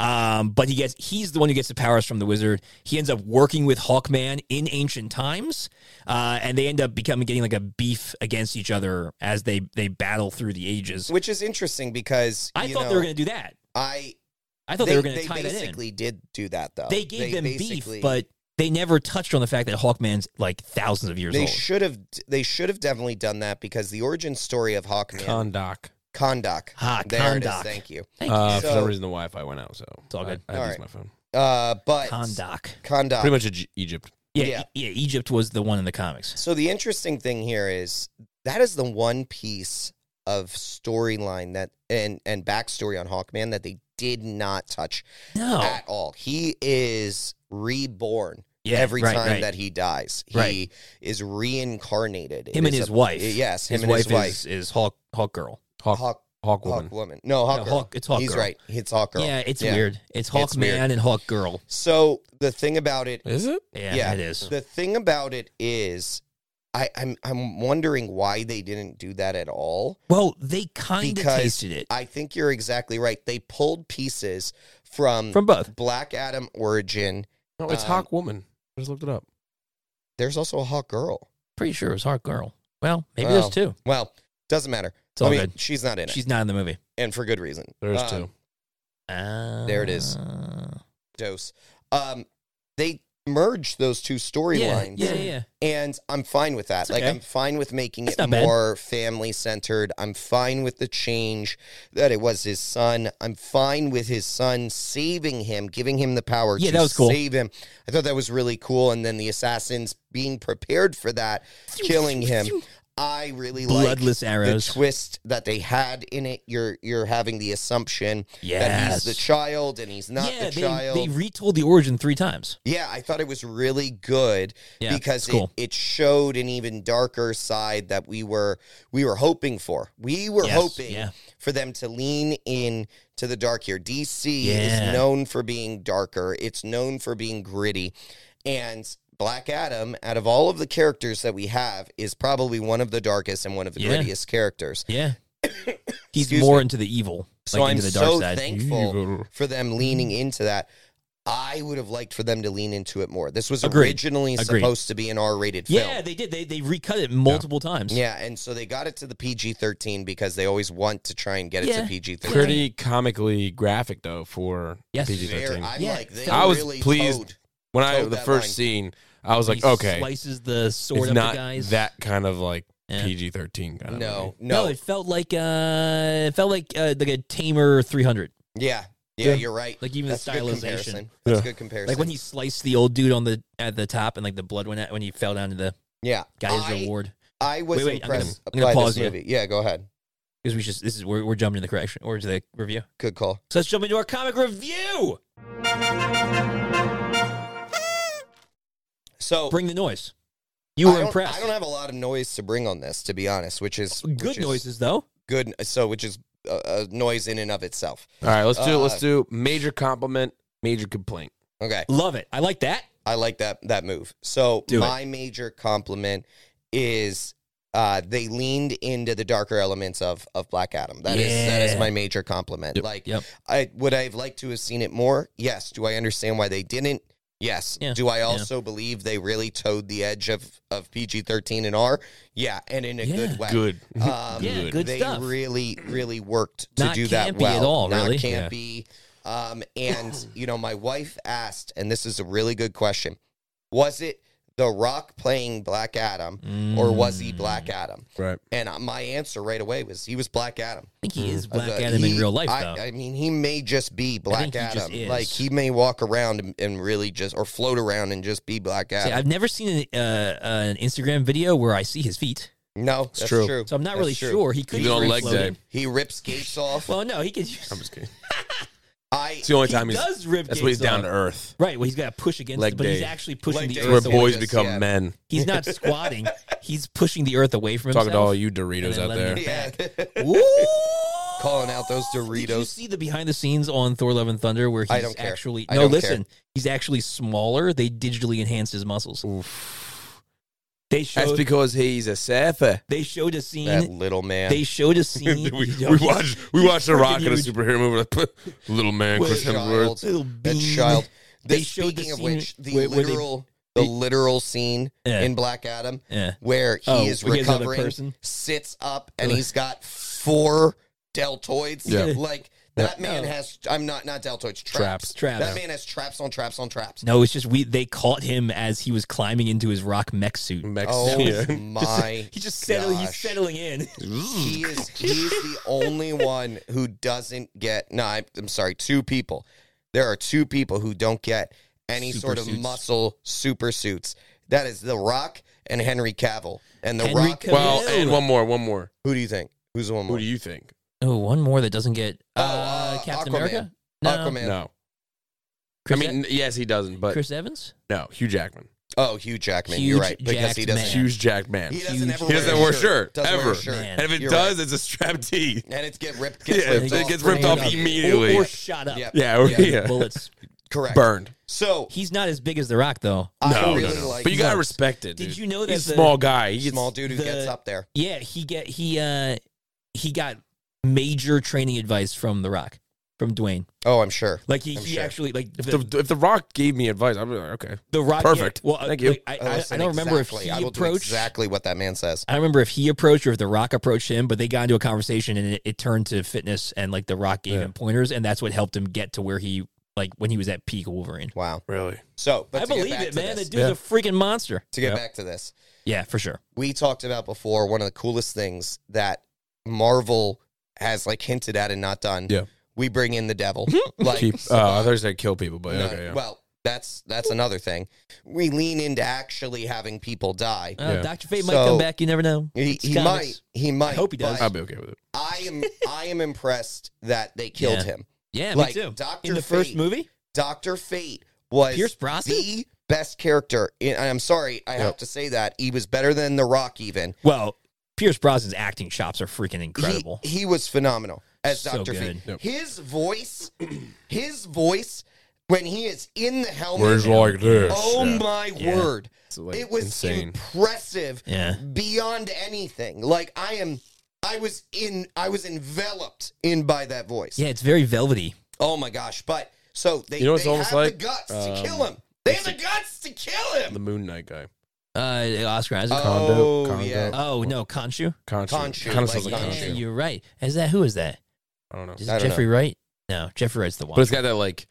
Um, but he gets he's the one who gets the powers from the wizard. He ends up working with Hawkman in ancient times, uh, and they end up becoming getting like a beef against each other as they they battle through the ages.
Which is interesting because
I
you
thought
know,
they were going to do that.
I
I thought they, were going to tie that in.
basically did do that though.
They gave them
basically-
beef, but they never touched on the fact that Hawkman's like thousands of years
they
old.
should have they should have definitely done that because the origin story of Hawkman
Kondak.
Kondak.
ah,
There it is.
Kondak.
Thank you.
Thank you.
Uh, for
So-
some reason, the Wi-Fi went out, so
It's all good.
I, I had to
All
use
right.
my phone.
Uh, but
Kondak.
Kondak.
Pretty much Egy- Egypt.
Yeah,
Yeah.
yeah. yeah, Egypt was the one in the comics.
So the interesting thing here is that is the one piece of storyline that and and backstory on Hawkman that they did not touch
No.
at all. He is reborn
yeah,
every
right,
time
right.
that he dies. He
Right.
is reincarnated. It
him and
is
his
a-
wife.
Yes, him
his
and
wife
his wife.
is, is Hawk Hawk Girl.
Hawk, Hawk,
Hawk,
woman.
Hawk woman. No, Hawk.
No,
girl.
Hawk- it's Hawk
He's
Girl.
right. It's Hawk girl.
Yeah, it's
Yeah.
weird. It's Hawk
It's
Man
weird.
and Hawk Girl.
So the thing about it
Is it?
Yeah,
Yeah. Mm.
it is.
The thing about it is, I, I'm I'm wondering why they didn't do that at all.
Well, they kind of
Because
tasted it
I think you're exactly right. They pulled pieces from,
from both.
Black Adam origin.
No, it's
Um,
Hawk woman. I just looked it up.
There's also a hot girl.
Pretty sure it was Hawk Girl. Well, maybe
Wow.
there's two.
Well, doesn't matter.
It's all
I mean,
good.
she's not in it,
She's not in the movie.
and for good reason.
There's
Um,
two.
there
it is.
Yeah,
Dose. Um, they merged those two
yeah,
storylines.
yeah, yeah.
And I'm fine with that.
It's
like
okay.
I'm fine with making
That's
it
not bad.
more family centered. I'm fine with the change that it was his son. I'm fine with his son saving him, giving him the power
Yeah,
to
that was cool.
save him. I thought that was really cool. And then the assassins being prepared for that, killing him. I really like
Bloodless
the
arrows.
twist that they had in it. You're you're having the assumption that he's
yes.
the child and he's not
yeah,
the
they,
child.
they retold the origin three times.
Yeah, I thought it was really good
Yeah,
because
it's cool.
it, it showed an even darker side that we were we were hoping for. We were
Yes,
hoping
yeah.
for them to lean in to the dark here. DC
Yeah.
is known for being darker. It's known for being gritty. And Black Adam, out of all of the characters that we have, is probably one of the darkest and one of the
Yeah.
grittiest characters. [COUGHS]
Yeah. He's
Excuse
more into the evil.
So
like
I'm
into the dark
so
side. Mm.
thankful
Evil.
for them leaning
Mm-hmm.
into that. I would have liked for them to lean into it more. This was
Agreed.
originally
Agreed.
supposed to be an R-rated
Yeah,
film.
they did. They they recut it multiple times.
Yeah, and so they got it to the PG-13 because they always want to try and get it
Yeah.
to PG-13.
Pretty comically graphic though for
Yes.
There,
PG-13.
I'm
Yeah.
like, they
I was
really
pleased.
towed.
When I
Told
the
that
first
line.
scene, I was like,
He
okay,
slices the sword
it's
up
not
the guys.
that kind of like
Yeah.
PG-13 kind of
No,
movie.
no.
no,
it felt like uh, it felt like uh, like a tamer three hundred.
yeah, yeah,
Yeah.
you're right.
Like even
That's
the
a good
stylization.
comparison. That's
Yeah.
a good comparison.
Like when he sliced the old dude on the at the top, and like the blood went out when he fell down to the
yeah,
guy as
I,
reward.
I was
Wait, wait, I'm gonna-
impressed
I'm gonna
by
pause
this
you.
movie. Yeah, go ahead.
Because we just this is we're, we're jumping to the correction or to the review.
Good call.
So let's jump into our comic review.
Oh.
So
Bring the noise. You
I
were
don't-
impressed.
I don't have a lot of noise to bring on this, to be honest, which is
good
which is
noises though.
Good. So, which is a, a noise in and of itself.
All right, let's do
Uh,
let's do major compliment, major complaint.
Okay,
Love it. I like that.
I like that that move. So
Do it.
my major compliment is uh, they leaned into the darker elements of of Black Adam. That is that is
Yeah.
my major compliment. Like,
Yep.
I would I have liked to have seen it more? Yes. Do I understand why they didn't? Yes.
Yeah.
Do I also believe they really towed the edge of of PG thirteen and R? Yeah, and in a
Yeah.
good way.
Good.
Um,
Yeah, good
they
stuff.
really, really worked to
Not
do that
campy
well.
at all,
Not
really.
Yeah.
campy. Um, and you know, my wife asked, and this is a really good question: Was it The Rock playing Black Adam, or was he
Mm.
Black Adam?
right.
And uh, my answer right away was he was Black Adam.
I think he is Black
Uh,
Adam in
he-
real life
I,
though.
I mean, he may just be Black
think he just
Adam.
is.
like he may walk around and, and really just, or float around and just be Black
See,
Adam.
I've never seen an, uh, uh, an Instagram video where I see his feet,
no, that's true.
true.
so I'm not
That's
really
true.
sure. He could
Even
be
on
free
leg
floating.
day.
He rips gates off.
Well, no, he could.
I'm just kidding.
I
It's the
[LAUGHS]
only
he
time he's
does rip.
that's when he's
gates
down
off.
to earth.
Right, well, he's got to push against
Leg
it, but he's
day.
actually pushing
Leg
the
day.
Where
earth
so
away.
boys
just-
become
yeah.
men.
He's not
[LAUGHS]
squatting. He's pushing the earth away from
Talking
himself.
to all you Doritos
then
out
let
there.
him-
[LAUGHS] yeah.
Ooh!
Calling out those
Did you
Doritos.
see the behind the scenes on Thor: Love and Thunder where he's
I don't care.
actually
I
no?
don't
listen, he's actually smaller. They digitally enhanced his muscles.
Oof.
They
That's
showed
because he's a
[LAUGHS]
surfer.
they showed a
That
scene.
little man.
They showed
[LAUGHS]
a
we,
scene.
we watched we watched The
freaking
Rock in a
huge.
superhero movie. We're Like, [LAUGHS] little man,
What a
Chris Hemsworth.
child.
little
that
bean.
child.
They
They
showed the
speaking of
scene
which, the
where- where they-
literal, the literal scene
Yeah.
in Black Adam
[LAUGHS] Yeah.
where he
Oh,
is
because of the
recovering,
person?
sits up, and he's got four deltoids.
Yeah.
[LAUGHS] Like
Yeah.
that man
No.
has. I'm not not deltoids.
Traps.
Traps.
Traps.
That man has traps on traps on traps.
No, it's just we. They caught him as he was climbing into his rock mech suit.
Mexico.
[LAUGHS]
[LAUGHS]
Oh [LAUGHS]
Yeah.
my!
He's just settling. He's
gosh.
settling in.
[LAUGHS] He is he's the only one who doesn't get no. I, I'm sorry, two people. There are two people who don't get any
Super
sort of
suits.
muscle super suits. That is The Rock and Henry Cavill. And The
Henry
Rock,
Cavill.
Well,
Ew.
and one more, one more.
who do you think? Who's the one?
Who
More?
do you think?
Oh, one more that doesn't get uh,
Oh, uh,
Captain
Aquaman.
America. No,
Aquaman.
No. I
Chris, E-
mean, yes, he doesn't, but
Chris Evans.
no, Hugh Jackman.
Oh, Hugh Jackman.
Huge
You're right because he doesn't.
Jackman.
Hugh Jackman.
He
Huge.
doesn't ever
He
wear
doesn't
a
wear a
shirt,
Doesn't wear
ever.
a shirt.
Man.
And if it
You're
does, it's a strap tee. [LAUGHS]
and it's get ripped. Gets
Yeah,
ripped
it
off
gets ripped off
pretty-
immediately.
or, or shot up.
Yep.
yeah, or-
Yeah.
yeah.
Bullets.
Correct.
Burned.
So
He's not as big as The Rock though.
I
No,
really
no, no.
like.
but you gotta
that.
respect it.
Did
dude.
you know that
He's a
the-
small guy. He gets
small dude who
the-
gets up there.
Yeah, he get he uh he got major training advice from The Rock, from Dwayne.
Oh, I'm sure.
Like he,
I'm
he
sure.
actually like
If
the, the,
the, if the Rock gave me advice, I'd be like, okay.
Rock.
perfect.
yeah, well,
Thank
uh,
you.
like, I, I, I
Oh, Listen,
don't remember if
exactly.
he
I will do
approached.
exactly what that man says.
I don't remember if he approached or if The Rock approached him, but they got into a conversation and it, it turned to fitness and like The Rock gave
Yeah.
him pointers and that's what helped him get to where he like when he was at peak Wolverine.
Wow.
Really?
So, but
I
to get
believe
back
it,
to
man. The
this-
dude's
Yeah.
a freaking monster.
to get
Yep.
back to this,
Yeah, for sure.
we talked about before one of the coolest things that Marvel has like hinted at and not done.
Yeah.
We bring in the devil.
Mm-hmm.
[LAUGHS] like,
Keep, oh, I thought you said kill people, but
no,
okay. Yeah.
well, that's that's another thing. We lean into actually having people die.
Uh,
Yeah.
Dr. Fate might
So-
come back. You never know.
He,
It's
he might.
comics.
He might.
hope he does.
but
I'll be okay with it.
I am. I am impressed that they killed
Yeah.
him.
Yeah,
like
me too.
Doctor
In the first movie?
Doctor Fate was
Pierce Brosnan?
the best character. In, and I'm sorry, I have to say that he was better than The Rock. Even
Well, Pierce Brosnan's acting chops are freaking incredible.
He, he was phenomenal as
So
Doctor Fate.
good.
Yep.
His voice, [CLEARS THROAT] his voice when he is in the helmet.
Where's like this?
oh
Yeah.
my
Yeah.
word!
It's, like,
it was
insane.
impressive
yeah.
beyond anything. Like I am. I was in. I was enveloped in by that voice.
Yeah, it's very velvety.
Oh my gosh! But so they,
You know what it's
they
almost
have
like?
the guts to
Um,
kill him. They have the guts to kill
the
him.
Moon Knight guy.
Uh, Oscar Isaac.
Oh,
Condo. Condo.
yeah.
oh, no, Conchu?
Conchu.
Conchu,
Kinda
like
sounds like
yeah,
Khonshu.
Conchu.
you're right. Is that who is that?
I don't know.
Is
I
it
don't know.
Jeffrey Wright? No, Jeffrey Wright's the one.
But it's got that like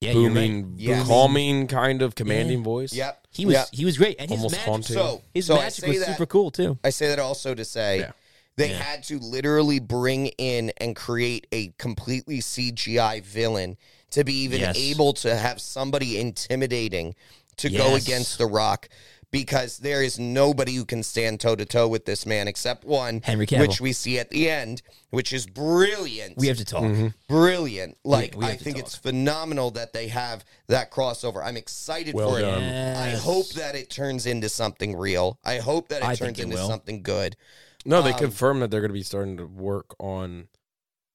yeah, you're right.
booming,
Yes.
calming kind of commanding voice.
Yep.
He was
Yep.
he was great, and his
Almost
magic,
haunting.
So
his
so I
magic
say
was
that-
super cool too.
I say that also to say
Yeah.
they
Yeah.
had to literally bring in and create a completely CGI villain to be even
Yes.
able to have somebody intimidating to go
Yes.
against The Rock because there is nobody who can stand toe to toe with this man except one,
Henry Cavill.
which we see at the end, which is brilliant.
We have to talk.
Mm-hmm. brilliant. Like
we have
I
to
think
talk.
it's phenomenal that they have that crossover. I'm excited
Well
for
done.
it. I
Yes.
hope that it turns into something real. I hope that it
I think
turns
it
into
will.
something good.
No, they
Um,
confirmed that they're going to be starting to work on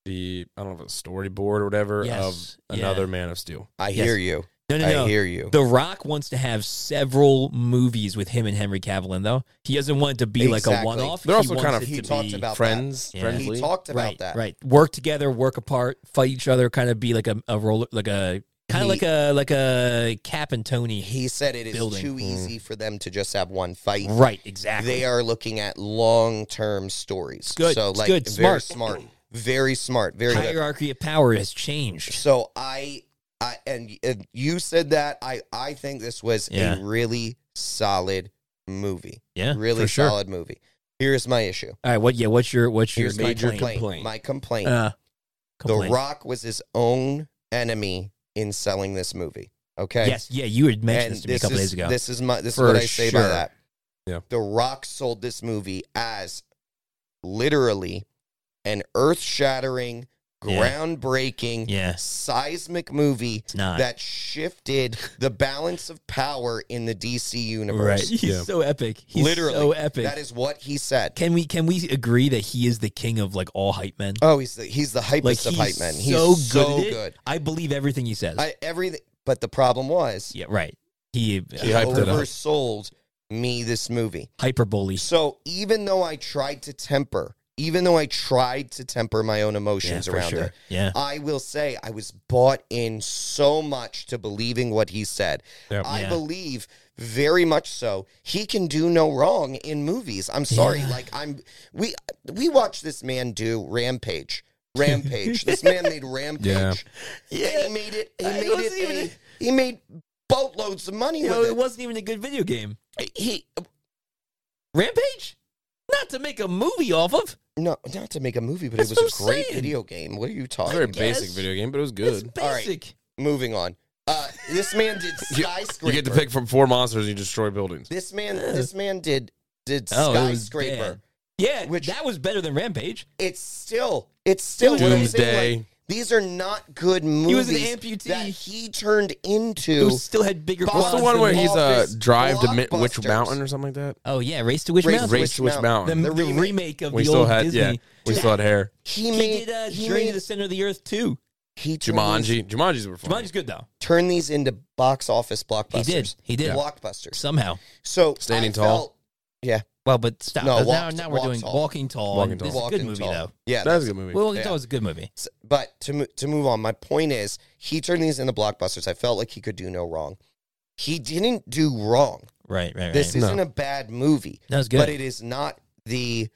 the I don't know if it's storyboard or whatever
Yes,
of
yeah.
another Man of Steel.
I
Yes.
hear you.
No, no,
I
no.
hear you.
The Rock wants to have several movies with him and Henry Cavill in, though. He doesn't want it to be like a
Exactly.
one-off.
They're
He
also
wants
kind of-
it
he
to
talked
be-
about
Friends,
Yeah.
that.
friendly.
He talked about
right,
that.
right. Work together, work apart, fight each other, kind of be like a, a roller, like a kind of
He-
like a like a Cap and Tony.
He said it is
Building. Mm-hmm.
too easy for them to just have one fight.
Right, exactly.
They are looking at long-term stories.
Good.
So
It's
like
good.
very
Smart.
smart. Very smart. Very good.
Hierarchy of power has changed.
So I, I and, and you said that I I think this was
Yeah.
a really solid movie,
Yeah,
really
for sure.
solid movie. Here's my issue.
All right, what? Yeah, what's your what's your
Here's my
major
complaint.
complaint?
My complaint.
Uh,
the
complaint.
Rock was his own enemy in selling this movie. Okay.
Yes, yeah, you had mentioned this
And
to me a couple
is
days ago.
this is my this
For
is what I say by
sure.
that.
Yeah.
The Rock sold this movie as literally an earth-shattering,
Yeah.
groundbreaking,
yeah,
seismic movie
it's not
that shifted the balance of power in the DC
right.
universe.
He's
Yeah.
so epic. He's
Literally,
so epic.
That is what he said.
can we can we agree that he is the king of like all hype men?
oh, he's the, he's the hypest
like
of hype men. He's
so
so,
good. at it.
good.
I believe everything he says.
I, everything, but the problem was
yeah, right. He,
he
hyped it up.
oversold me this movie.
hyperbole.
So even though I tried to temper, even though I tried to temper my own
Yeah,
emotions
for
around
sure.
it,
Yeah,
I will say I was bought in so much to believing what he said.
Yep.
I
Yeah.
believe very much so. He can do no wrong in movies. I'm sorry,
Yeah.
like I'm we we watched this man do Rampage.
[LAUGHS]
Rampage. this man made Rampage.
Yeah.
And he made it. He
It
made
wasn't
it.
even
a- he made boatloads of money
you know,
with
it wasn't even a good video game.
it. He
Rampage, not to make a movie off of.
no, not to make a movie, but
That's
it
what
was a
I'm
great
saying.
video game. What are you
It's
talking?
a very
about?
guess.
basic video game, but it was
It's
good.
basic.
Moving on. Uh, this man did
[LAUGHS] You-
skyscraper.
You get to pick from four monsters and you destroy buildings.
This man. This man did did
Oh, it was
skyscraper.
bad. Yeah,
Which-
that was better than Rampage.
it's still. It's still what I'm saying,
Doomsday.
like, these are not good
He was
movies.
an amputee.
that he turned into.
Who still had bigger
Boss
quads
What's the one
than
where
me.
he's uh,
Office
drive to Mi-
blockbusters.
Witch Mountain or something like that?
Oh yeah, Race to Which
Race to
Mountain.
Race to Witch
Mountain.
the,
Mountain.
the
remake.
remake. of
We
the
still
old
had
Disney.
yeah, we still had hair.
he
He
made.
did uh,
he
Journey to
made,
the Center of the Earth too.
he turned these-
Jumanji. Jumanji's were fun.
Jumanji's good though.
Turn these into box office
He
blockbusters.
did. He did.
Blockbusters.
Somehow.
So
Standing
I
tall.
felt- yeah.
Well, but stop.
No,
now,
Walk-
now we're
Walk
doing
Tall.
Walking Tall.
Walking
and
Tall.
This is a good
Walking
movie
tall.
though.
Yeah.
That was a good movie.
Well, Walking
Yeah.
Tall is a good movie.
S- but to mo- to move on, my point is he turned these into blockbusters. I felt like he could do no wrong. He didn't do wrong.
Right, right, right.
This
No.
isn't a bad movie,
that was good.
but it is not the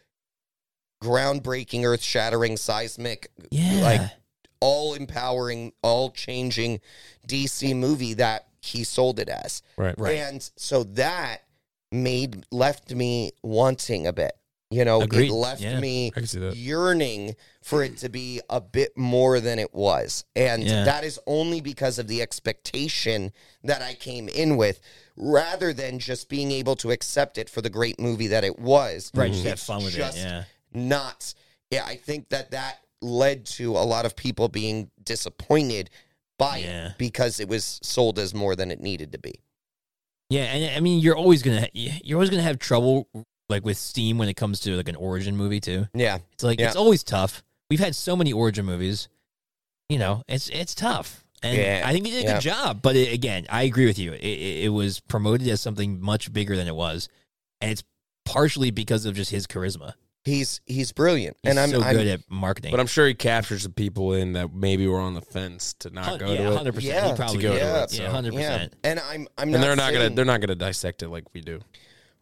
groundbreaking, earth-shattering, seismic,
yeah.
like, all-empowering, all-changing DC movie that he sold it as.
right.
right.
And so that made left me wanting a bit. You know,
Agreed.
it left
Yeah.
me
I can
Uh,
see that.
yearning for it to be a bit more than it was. And
Yeah.
that is only because of the expectation that I came in with rather than just being able to accept it for the great movie that it was.
right. Just
It's
have fun with
mm. just
it. Yeah.
Not, yeah, I think that that led to a lot of people being disappointed by
Yeah.
it because it was sold as more than it needed to be.
Yeah, and I mean, you're always gonna ha- you're always gonna have trouble like with Steam when it comes to like an origin movie too.
Yeah.
It's like it's
Yeah.
always tough. We've had so many origin movies, you know. It's it's tough, and
Yeah.
I think they did a
Yeah.
good job. But it, again, I agree with you. It, it, it was promoted as something much bigger than it was, and it's partially because of just his charisma.
He's he's brilliant.
He's
and I'm
so
I'm
good at marketing.
But I'm sure he captured some people in that maybe were on the fence to not go
yeah,
to it,
hundred percent.
Yeah,
he
to
probably
go
did.
to it,
yeah,
so.
hundred
yeah.
percent.
And I'm I'm
and they're not
saying,
gonna they're not gonna dissect it like we do.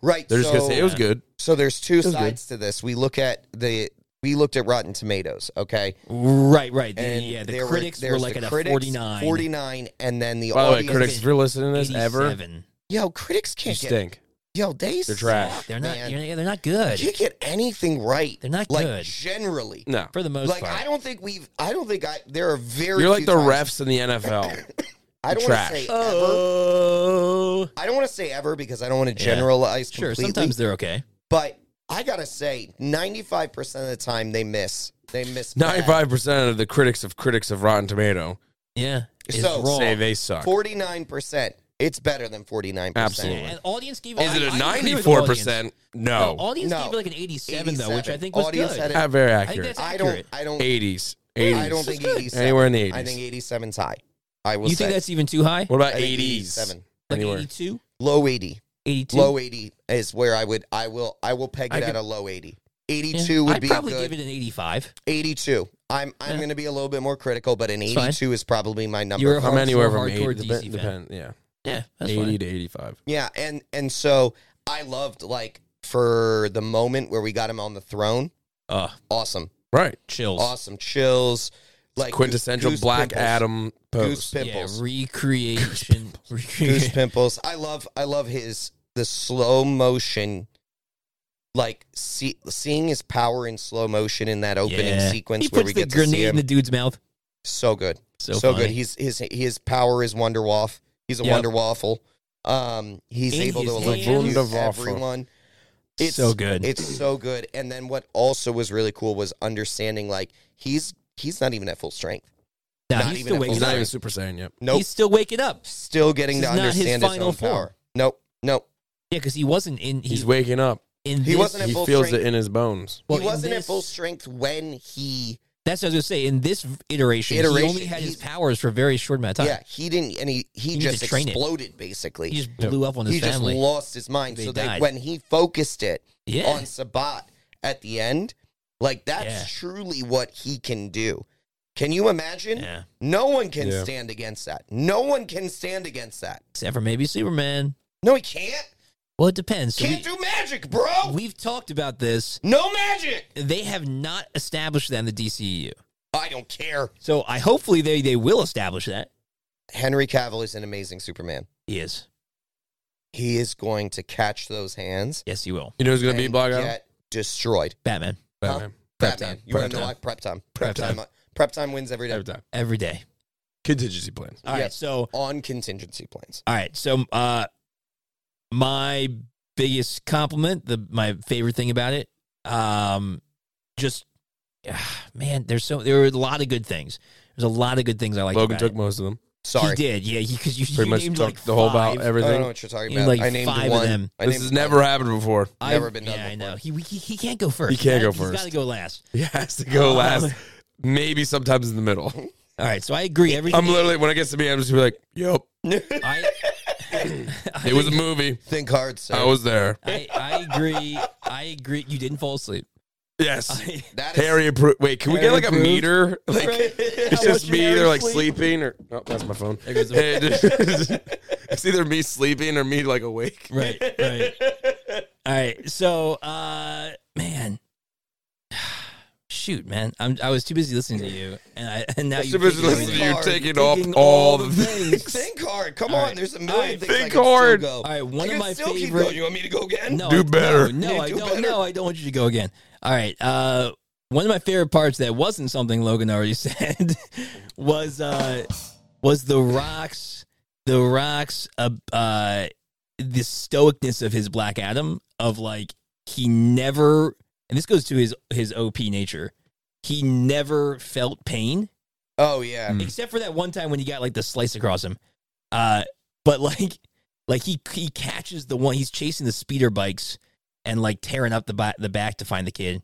right.
They're just
so-
gonna say it was good.
So there's two
was
sides to this. We look at the we looked at Rotten Tomatoes, okay?
Right, right. The,
And
yeah, the
there
critics were,
there's
like
the
at a
critics,
49,
49 and then the
By the way,
audience.
critics, if you're listening to this ever,
87.
yo, critics
you
can't get
stink.
yo, they
They're trash.
suck,
They're not.
man.
You're, yeah, they're not
You
good
can't get anything right.
They're not
like,
good.
generally.
No,
for the most
Like
part.
I don't think we've I don't think I there are very
you're like
few
the
times-
refs in the NFL.
I don't want
trash.
to say ever.
oh,
I don't want to say ever because I don't want to
Yeah.
generalize
sure.
completely.
Sometimes they're okay.
but I gotta say, ninety five percent of the time they miss. They miss bad.
Ninety-five percent of the critics of critics of Rotten Tomato
Yeah, it's
So-
wrong.
say they suck.
Forty-nine percent. It's better than forty-nine percent.
Absolutely.
And audience gave.
Is
I-
it
I
a
agree with
ninety-four
audience.
percent? Oh.
No,
No,
audience
No.
gave it like an eighty-seven, though, which I
87.
think was
Audience
good.
had it-
not very
I think
accurate.
that's
I don't.
accurate.
I don't.
Eighties,
I don't
eighties.
think
That's good.
eighty-seven.
Anywhere in the
I
80s.
think 87's high. I will
You
say.
think that's even too high?
What about
I think
eighties?
87.
Like
Anywhere.
82?
Low eighty.
82?
Low eighty is where I would. I will. I will peg it
I
at
could-
a low eighty.
Yeah.
Eighty-two would
I'd
be a
probably
good.
give it an eighty-five.
eighty-two. I'm. I'm
Yeah.
going to be a little bit more critical, but an
It's fine.
eighty-two is probably my number.
You're a
for-
I'm anywhere from
Hardcore
eighty.
DC
Depend,
fan.
depend, yeah,
Yeah, that's
eighty
fine.
to eighty-five.
Yeah, and and so I loved like for the moment where we got him on the throne.
Uh,
Awesome.
Right,
chills.
Awesome chills. Like
quintessential
goose
Black
pimples.
Adam
Goose
pose.
Yeah,
pimples.
recreation.
goose
recreation.
pimples. I love I love his the slow motion like see, seeing his power in slow motion in that opening
Yeah.
sequence
He
where
puts
we
the
get to see
grenade in
him.
the dude's mouth.
so good.
So,
So,
funny.
good. He's his his power is wonder waff. He's a
Yep.
wonder waffle. Um he's
In
able to
his
electrocute
hands. Wunderwaffle.
everyone. It's
so good.
It's so good. And then what also was really cool was understanding like he's he's not even at full strength.
Nah,
not
he's
even
still
at full
waking
He's
up.
not even Super Saiyan yet.
Nope.
He's still waking up.
still getting
This
to
is not his
understand his,
final
own
form.
power. Nope. Nope.
Yeah, because he wasn't in. He,
He's waking up.
in
he
this-
wasn't at
He
full
feels
strength.
it in his bones.
well,
he
in
wasn't at
this-
full strength when he
That's what I was gonna say. In this v- iteration, he only
Iteration,
had his
he-
powers for a very short amount of time.
yeah he didn't and he he
You need
just
to train it.
exploded basically
he
he
just blew up on his
just
family.
lost his mind
They
so they
died.
when he focused it
yeah,
on Sabat at the end like that's
Yeah.
truly what he can do can you imagine
yeah.
no one can
Yeah.
stand against that no one can stand against that
Except for maybe Superman.
no he can't
Well, it depends. So
can't do magic bro
we, have talked about this.
no magic
They have not established that in the DCEU.
I don't care
So I hopefully they they will establish that.
Henry Cavill is an amazing Superman
He is.
he is going to catch those hands
Yes, he will.
You know who's gonna be
and
Black Adam?
get destroyed.
Batman
Batman.
Prep
Batman.
time.
You want
Prep
to know
time.
why? Prep time.
Prep
Prep time. Prep time wins every day.
Every time.
every day.
Contingency plans.
All right,
Yep.
so
on contingency plans.
all right, so uh, my biggest compliment, the my favorite thing about it, um, just ah, man, there's so there were a lot of good things. There's a lot of good things I like.
Logan took most of them.
Sorry.
He did, yeah, because you,
Pretty
you
much
named
took
like
the whole about
five.
I don't know
everything.
what you're talking
You
about.
like
I named
five of
one.
them.
I
this
named
has
one.
never happened before.
I've-
Never been done
Yeah, I
before.
know. He, he he can't go first.
can't go
He's got to
first.
go last.
He has to go
Oh.
last. Maybe sometimes in the middle.
All right, so I agree. Everything
I'm literally when it gets to me, I'm just gonna be like, "Yep,
[LAUGHS] I, I
[LAUGHS] it was a
think-
movie.
[LAUGHS] Think hard, sir.
I was there."
I, I agree. I agree. You didn't fall asleep. [LAUGHS]
Yes,
I,
That is
Harry approved. Wait, can we
Harry
get like a
approved.
meter? Like
Right.
[LAUGHS]
[LAUGHS]
How much
it's just
did
me
Harry
either like
sleep?
sleeping or oh, that's my phone.
There goes the-
[LAUGHS] it's either me sleeping or me like awake.
right, right. All right. So, uh, man, [SIGHS] shoot, man, I'm I was too busy listening to you, and I and now
I'm
you
too busy
taking
listening to
everything.
you
hard,
taking off
taking
all the things. [LAUGHS]
Think hard. Come
All
on.
right.
There's a
All
million
right,
things.
think
I can
hard.
Still go.
All right,
I
one of
can
my
still keep
favorite.
going. You want me to go again?
No,
Do
I- No,
better.
You
[LAUGHS] no I
do
don't.
better.
No, I don't want you to go again. All right. Uh, one of my favorite parts that wasn't something Logan already [LAUGHS] said was uh, was the rocks, the rocks, uh, uh, the stoicness of his Black Adam of like he never, and this goes to his his OP nature. He never felt pain
Oh yeah.
except for that one time when he got like the slice across him. Uh, but [LAUGHS] like, like he he catches the one he's chasing the speeder bikes and like tearing up the ba- the back to find the kid,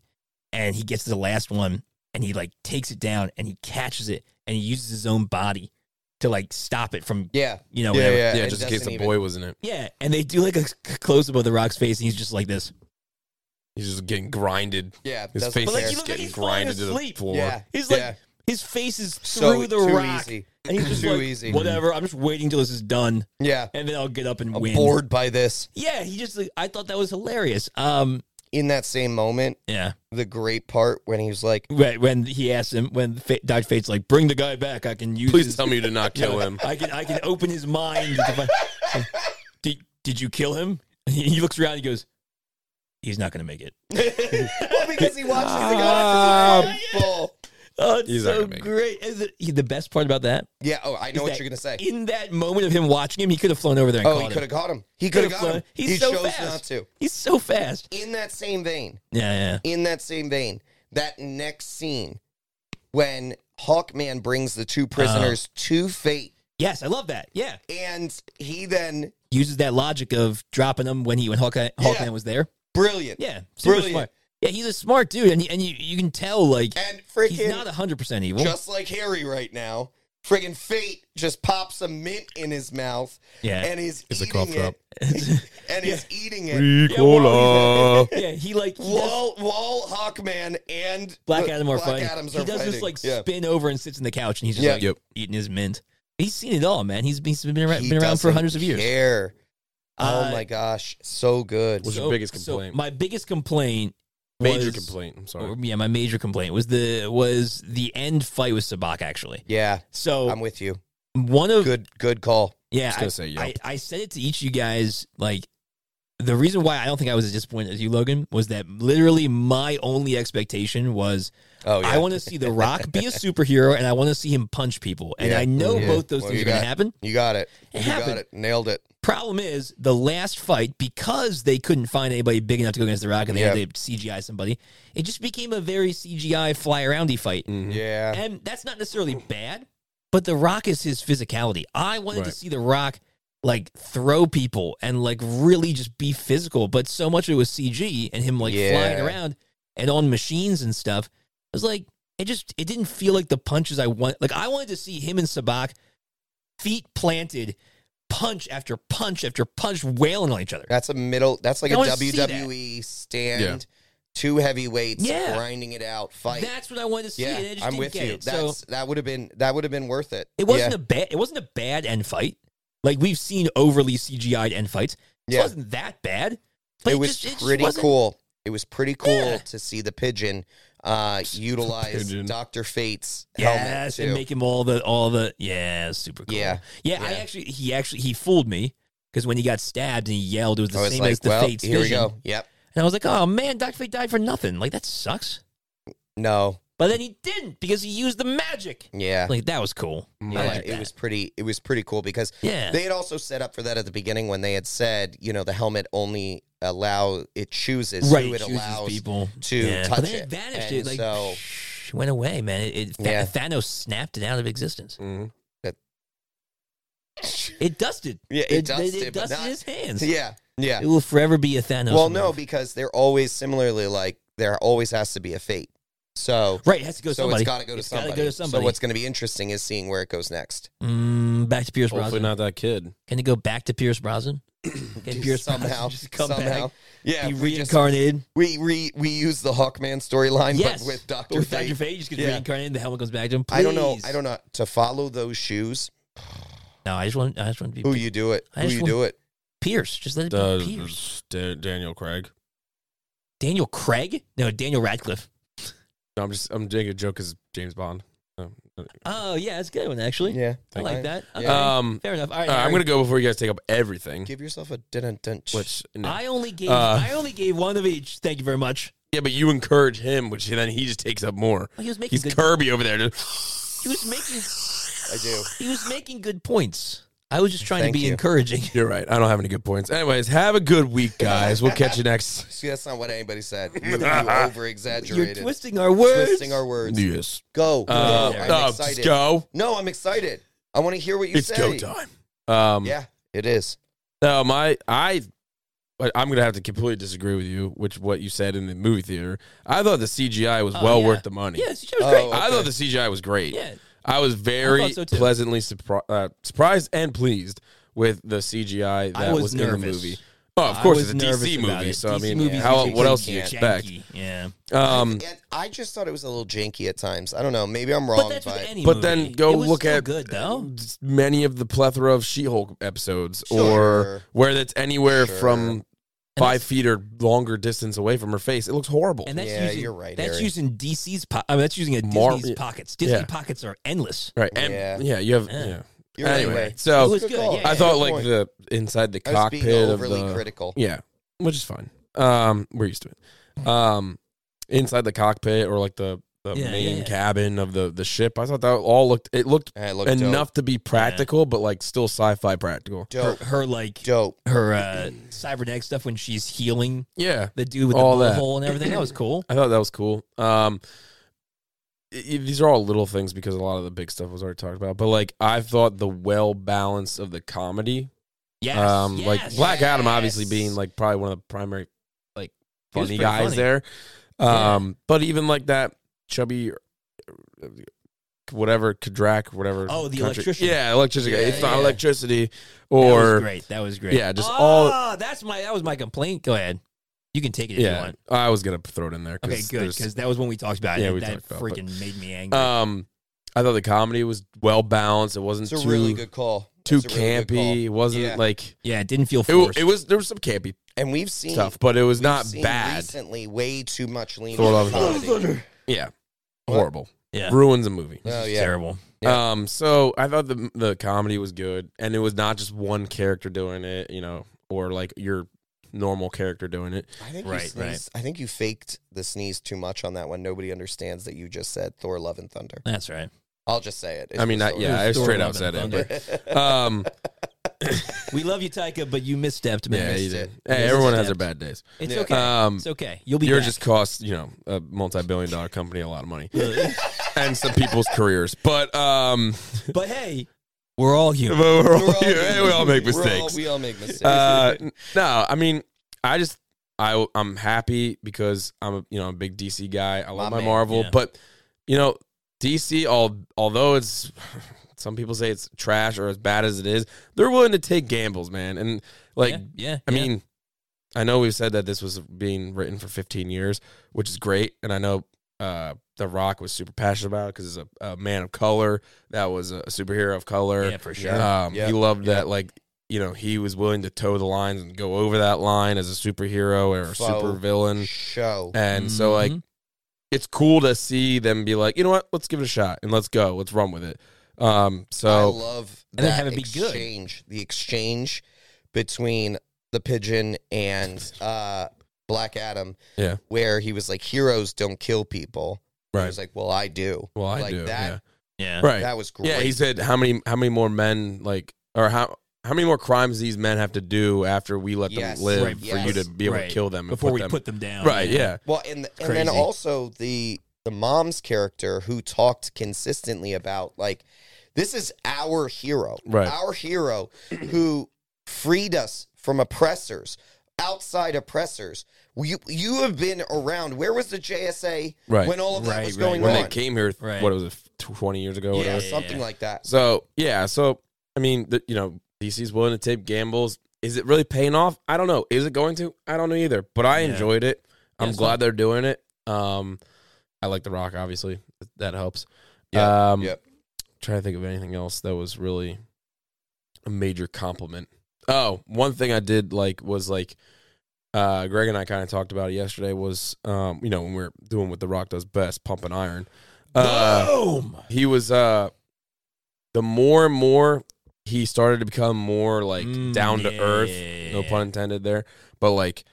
and he gets to the last one and he like takes it down and he catches it and he uses his own body to like stop it from
Yeah.
you know
Yeah.
whatever.
Yeah.
Yeah,
it
just in case
doesn't
the
even-
boy was in it.
Yeah, and they do like a close up of the rock's face, and he's just like this.
He's just getting grinded.
Yeah. it
His
doesn't
face
But, like,
care.
you
is
look like
getting
he's falling
grinded to the
asleep.
floor.
Yeah.
He's like
Yeah.
his face is
So-
through the
too
rock,
easy.
and
[LAUGHS]
he's just
Too
like,
easy.
"Whatever, I'm just waiting till this is done,
Yeah.
and then I'll get up and
I'm
win."
bored by this.
Yeah, he just like, I thought that was hilarious. Um,
In that same moment,
yeah,
the great part when he was like,
when, when he asked him when Fa- Dr. Fate's like, "Bring the guy back. I can use.
Please
his,
tell me you did
[LAUGHS]
not kill him.
I can I can open his mind." to find- [LAUGHS] did Did you kill him? [LAUGHS] He looks around. He goes, "He's not going to make it."
[LAUGHS] well, because he watched it,
Stop.
Ah.
he's like, oh, this is
Oh, it's
He's not
so
gonna make it.
great. And The, he- the best part about that,
awful. Yeah. Oh, I
is
know what
that
you're gonna say.
in that moment of him watching him, he could have flown over there. And
Oh,
caught
he
him.
could have caught him. He could have
Coulda
got him.
flown. He's
he
so
chose
fast.
not to.
He's so fast.
In that same vein,
Yeah, yeah.
in that same vein, that next scene when Hawkman brings the
Uh-huh.
two prisoners to fate,
Yes, I love that. Yeah,
and he then
uses that logic of dropping him when he when Hawkeye,
Yeah.
Hawkman was there.
brilliant.
Yeah, super
Brilliant.
smart. Yeah, he's a smart dude, and and you, you can tell like
And
he's not
freaking
hundred percent evil.
just like Harry right now, freaking fate just pops a mint in his mouth
yeah,
and he's
It's a
eating
cough drop.
it. And he's eating it.
Ricola.
[LAUGHS] yeah. He like he does,
Wall, Wall, Hawkman, and
Black
the-
Adam are
Black
fighting.
Adams
he
are
does
fighting.
this like
Yeah.
spin over and sits in the couch, and he's just
Yeah.
like
Yep.
eating his mint. He's seen it all, man. He's he's been around,
He
been around for
doesn't
hundreds of years.
Care. Oh
Uh,
my gosh, so good.
What's your biggest complaint?
my biggest complaint,
Major
was-
complaint. I'm sorry.
or, yeah, my major complaint was the was the end fight with Sabak actually.
Yeah,
So
I'm with you.
one of
Good, good call.
Yeah,
Just
I,
gonna say yelp.
I, I said it to each of you guys. Like the reason why I don't think I was as disappointed as you, Logan, was that literally my only expectation was
Oh yeah,
I want to see The Rock
[LAUGHS]
be a superhero and I want to see him punch people, and
Yeah.
I know
Yeah.
both those
Well,
things
you
are going to
got-
happen.
you got it.
It
you got
happened.
it. Nailed it.
Problem is, the last fight because they couldn't find anybody big enough to go against The Rock, and they
Yeah.
had to CGI somebody. It just became a very CGI fly aroundy fight.
Mhm.
Yeah,
Mm-hmm. And that's not necessarily bad, but The Rock is his physicality. I wanted to
Right.
see The Rock like throw people and like really just be physical, but so much of it was CG and him like flying
Yeah.
around and on machines and stuff. It was like it just it didn't feel like the punches I want. Like I wanted to see him and Sabak feet planted, punch after punch after punch, wailing on each other.
that's a middle. That's like
I
a
wanna see that.
WWE stand. Two heavyweights
Yeah.
grinding it out, fight.
That's what I wanted to see. and I
yeah,
just
I'm
didn't
with
get
you.
It. So-
That's that would have been that would have been worth it.
It wasn't a bad. It wasn't a bad end fight. Like we've seen overly CGI'd end fights. It
Yeah.
wasn't that bad. But
it was
just- it just
pretty
wasn't-
cool. It was pretty cool
Yeah.
to see the pigeon uh, utilize
pigeon.
Doctor Fate's helmet
Yes,
too.
and make him all the all the yeah, super cool.
Yeah.
yeah. I
Yeah.
actually he actually he fooled me because when he got stabbed and he yelled, it was the
I was
same
like,
as the
well,
fate's
here
vision.
we go. Yep.
And I was like, oh man, Doctor Fate died for nothing. Like that sucks.
No,
But then he didn't because he used the magic.
Yeah.
Like that was cool.
Yeah,
I like
it
that.
was pretty. It was pretty cool because
Yeah.
they had also set up for that at the beginning when they had said, you know, the helmet only allow it chooses
right.
who it
chooses
allows
people
to
yeah.
touch
but then
it.
vanished.
And
It like
so-
psh, went away, man. It, it Tha-
Yeah.
Thanos snapped it out of existence.
Mhm.
It dusted.
Yeah, it dusted,
It,
but
dusted
not-
his hands.
[LAUGHS] Yeah, yeah.
It will forever be a Thanos.
well,
move.
no, because they're always similarly like there always has to be a fate. So
Right, it has to go to
so
somebody.
it's got to go to
It's gotta
somebody.
go to somebody.
So what's going to be interesting is seeing where it goes next.
Mm, back to Pierce
Hopefully
Brosnan.
not that kid.
Can it go back to Pierce
[CLEARS THROAT]
Brosnan? Can
Just
Pierce
somehow,
Brosnan just come
somehow.
back,
Yeah,
be
we just
reincarnated?
we re, we use the Hawkman storyline,
yes,
but with
But
Doctor
with
Fate.
Doctor Fate, you just get
Yeah.
reincarnated. The helmet goes back to him.
I don't know.
Please.
I don't know to follow those shoes.
No, I just want. I just want to be
Who you do it?
I
Who
just
you
want-
do it?
Pierce. Just let it be
Uh,
Pierce.
Da- Daniel Craig.
Daniel Craig? No, Daniel Radcliffe.
No, I'm just I'm making a joke because James Bond. Um,
Oh yeah, that's a good one actually.
Yeah,
I like that. Okay.
um,
Fair enough. All right,
all right, I'm
Aaron.
gonna go before you guys take up everything.
Give yourself a dun dun.
Which no.
I only gave.
Uh,
I only gave one of each. Thank you very much.
yeah, but you encourage him, which then Oh, he just takes up more.
Well, he was making.
He's
good,
Kirby over there. Just,
he was making.
I do.
He was making good points. I was just trying
Thank
to be
you.
encouraging. [LAUGHS]
You're right. I don't have any good points. Anyways, have a good week, guys. We'll catch you next.
See, that's not what
[LAUGHS]
anybody said. You, over
You're
exaggerated.
twisting our words.
twisting our words.
Yes.
Go.
Uh,
go. I'm
uh, just
excited.
go.
No, I'm excited. I want to hear what you
It's
say.
go time. Um,
Yeah, it is.
No, my Um, I I- I'm gonna have to completely disagree with you, which what you said in the movie theater. I thought the CGI was
Oh,
well
yeah.
worth the money.
Yeah, she was
Oh,
great.
okay.
I thought the CGI was great.
Yeah,
I was very
so, too.
pleasantly surpri- uh, surprised and pleased with the CGI that
I was, nervous.
in the movie. Oh, of
I
course,
was
it's a
nervous
DC
about
movie,
it.
so I
DC
mean,
movies
how
usually
what
get
else do you
janky.
expect?
Yeah,
Um,
And I just thought it was a little janky at times. I don't know. Maybe I'm wrong,
but
but,
that's with any
but
movie.
then go
It was
look
still
at
good though.
many of the plethora of She-Hulk episodes,
Sure.
or where that's anywhere
Sure.
from
And
five feet or longer distance away from her face. It looks horrible.
And that's
Yeah,
using,
you're right,
That's
Harry.
using DC's. Po- I mean, that's using a
Mar-
Disney's pockets. Disney
Yeah.
pockets are endless.
Right. And yeah.
Yeah.
you have
Yeah.
yeah.
you're
anyway,
anyway.
so-
It was
Good
good.
call.
Yeah,
I
yeah.
thought
good
like
point.
the inside the
I was being
cockpit of
overly
the
critical.
yeah, which is fine. Um, we're used to it. Um, inside the cockpit or like the the
Yeah,
main
yeah, yeah.
cabin of the the ship. I thought that all looked it looked
And it looked
enough to be practical, but like still sci-fi practical.
her,
Dope. Dope.
her like
Dope.
her uh, cybernetic stuff when she's healing
Yeah,
the dude with
All
the
that.
hole and everything. That was
[CLEARS THROAT]
cool.
I thought that was cool. Um, i- i- these are all little things because a lot of the big stuff was already talked about. But like, I thought the well balance of the comedy
Yes,
Um,
yes,
like Black Adam, obviously
yes.
being like probably one of the primary like
He was
funny
pretty
guys
funny.
there.
Yeah.
Um, but even like that chubby, uh, whatever Kadrak, whatever.
Oh, the
country-
electrician.
Yeah, electricity.
Yeah,
it's not
yeah.
electricity,
that was
or
great. That was great.
yeah, just
oh,
all-
That's my that was my complaint. Go ahead. You can take it if you
yeah.
want.
I was gonna throw it in there.
Okay, good
there's-
because that was when we talked about it.
Yeah, we
that
talked about it,
freaking made me angry.
um, I thought the comedy was well balanced. It wasn't
It's a
too
really good call.
too
That's a really good
campy.
call.
It wasn't
Yeah.
like
yeah, it didn't feel
it, w-
forced.
it was. There was some campy
And we've seen
stuff, but it was not
seen
bad.
recently way too much lean
Throw it on
on
Oh,
comedy.
[LAUGHS] Yeah,
What?
horrible.
yeah,
Ruins a movie.
Oh
It's
yeah.
terrible.
Yeah.
Um, so I thought the the comedy was good, and it was not just one character doing it, you know, or like your normal character doing it.
I think you
Right, right.
sneezed, I think you faked the sneeze too much on that one. Nobody understands that you just said Thor Love and Thunder.
That's right.
I'll just say it. It's
I mean,
just
I,
Thor,
It
yeah, I
was
straight
Thor
out said
Love and
it.
Thunder.
but, um,
We love you, Tyka, but you misstepped,
yeah,
man.
you
missed
did.
it.
Hey,
Missed
everyone
it.
has their bad days.
it's
Yeah.
okay.
Um,
it's okay. You'll be.
yours
back.
just cost you know a multi billion dollar company a lot of money and some people's careers, but
[LAUGHS]
um,
[LAUGHS] but hey, we're all
but
human.
we're all,
[LAUGHS]
[LAUGHS]
We're all
hey, we all make
We're all-
mistakes.
we all make mistakes.
Uh, n- no, I mean, I just I I'm happy because I'm a, you know a big DC guy. I love my,
My man,
Marvel,
yeah.
but you know DC. All although it's some people say it's trash or as bad as it is, they're willing to take gambles, man. And like
yeah, yeah,
I
yeah.
mean, I know we've said that this was being written for 15 years, which is great, and I know. Uh, the Rock was super passionate about it because he's a, a man of color. That was a superhero of color.
yeah, for sure.
Um,
Yeah.
He loved that, like you know, he was willing to toe the lines and go over that line as a superhero or a
Foe.
super villain,
show.
and so like
Mhm.
it's cool to see them be like, you know what, let's give it a shot and let's go, let's run with it. Um,
I
so
love that
And then have it be good.
exchange. The exchange between the pigeon and uh, Black Adam,
Yeah.
where he was like, "Heroes don't kill people." He
Right.
was like, "Well, I do."
Well, I
like
do.
that.
Yeah.
yeah. Right.
That was great.
Yeah, he said how many how many more men like or how how many more crimes these men have to do after we let
Yes.
them live
Right,
for
yes.
you to be able
Right.
to kill them and
Before
put
we
them,
put them down.
right? Yeah,
Well, and th- and then
Crazy.
also the the mom's character who talked consistently about like this is our hero,
Right.
Our hero who freed us from oppressors, outside oppressors. You you have been around. Where was the JSA
Right.
when all of that
Right,
was
right,
going
when
on?
they came here,
Right.
what was it, twenty years ago? or
yeah,
whatever.
something
Yeah.
like that.
So yeah, so I mean, the, you know, DC's willing to take gambles. Is it really paying off? I don't know. Is it going to? I don't know either. But I
Yeah.
enjoyed it. I'm
Yeah, it's
glad they're doing it. Um, I like The Rock, obviously. That helps.
Yeah,
Um,
yep.
Trying to think of anything else that was really a major compliment. Oh, one thing I did like was like uh, Greg and I kind of talked about it yesterday. Was um, you know when we are doing what The Rock does best, pumping iron. Uh,
Boom.
he was uh the more and more he started to become more like
Mm,
down to
yeah,
earth
yeah, yeah,
no
yeah. [LAUGHS]
pun intended there but like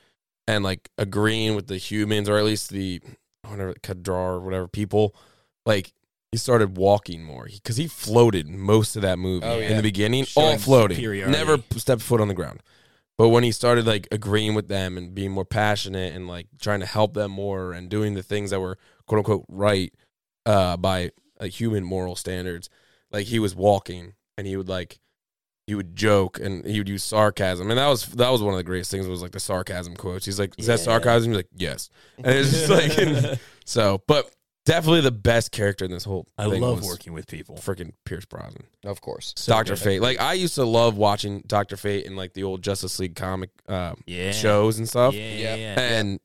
and like agreeing with the humans or at least the whatever kadrar or whatever people like he started walking more because he floated most of that movie
Oh,
in
yeah.
the beginning
Showing
all floating
superiority.
never stepped foot on the ground but when he started like agreeing with them and being more passionate and like trying to help them more and doing the things that were quote unquote right uh, by uh, human moral standards, like he was walking and he would like he would joke and he would use sarcasm and that was that was one of the greatest things was like the sarcasm quotes. He's like, "Is that
Yeah.
sarcasm?" He's like, "Yes," and it's
[LAUGHS]
just
[LAUGHS]
like and so. But definitely the best character in this whole
I
thing
love
was
working with people.
Freaking Pierce Brosnan.
Of course.
So
Doctor
good.
Fate. Like I used to love watching Doctor Fate and like the old Justice League comic uh,
Yeah.
shows and
Yeah.
stuff.
Yeah. yeah.
And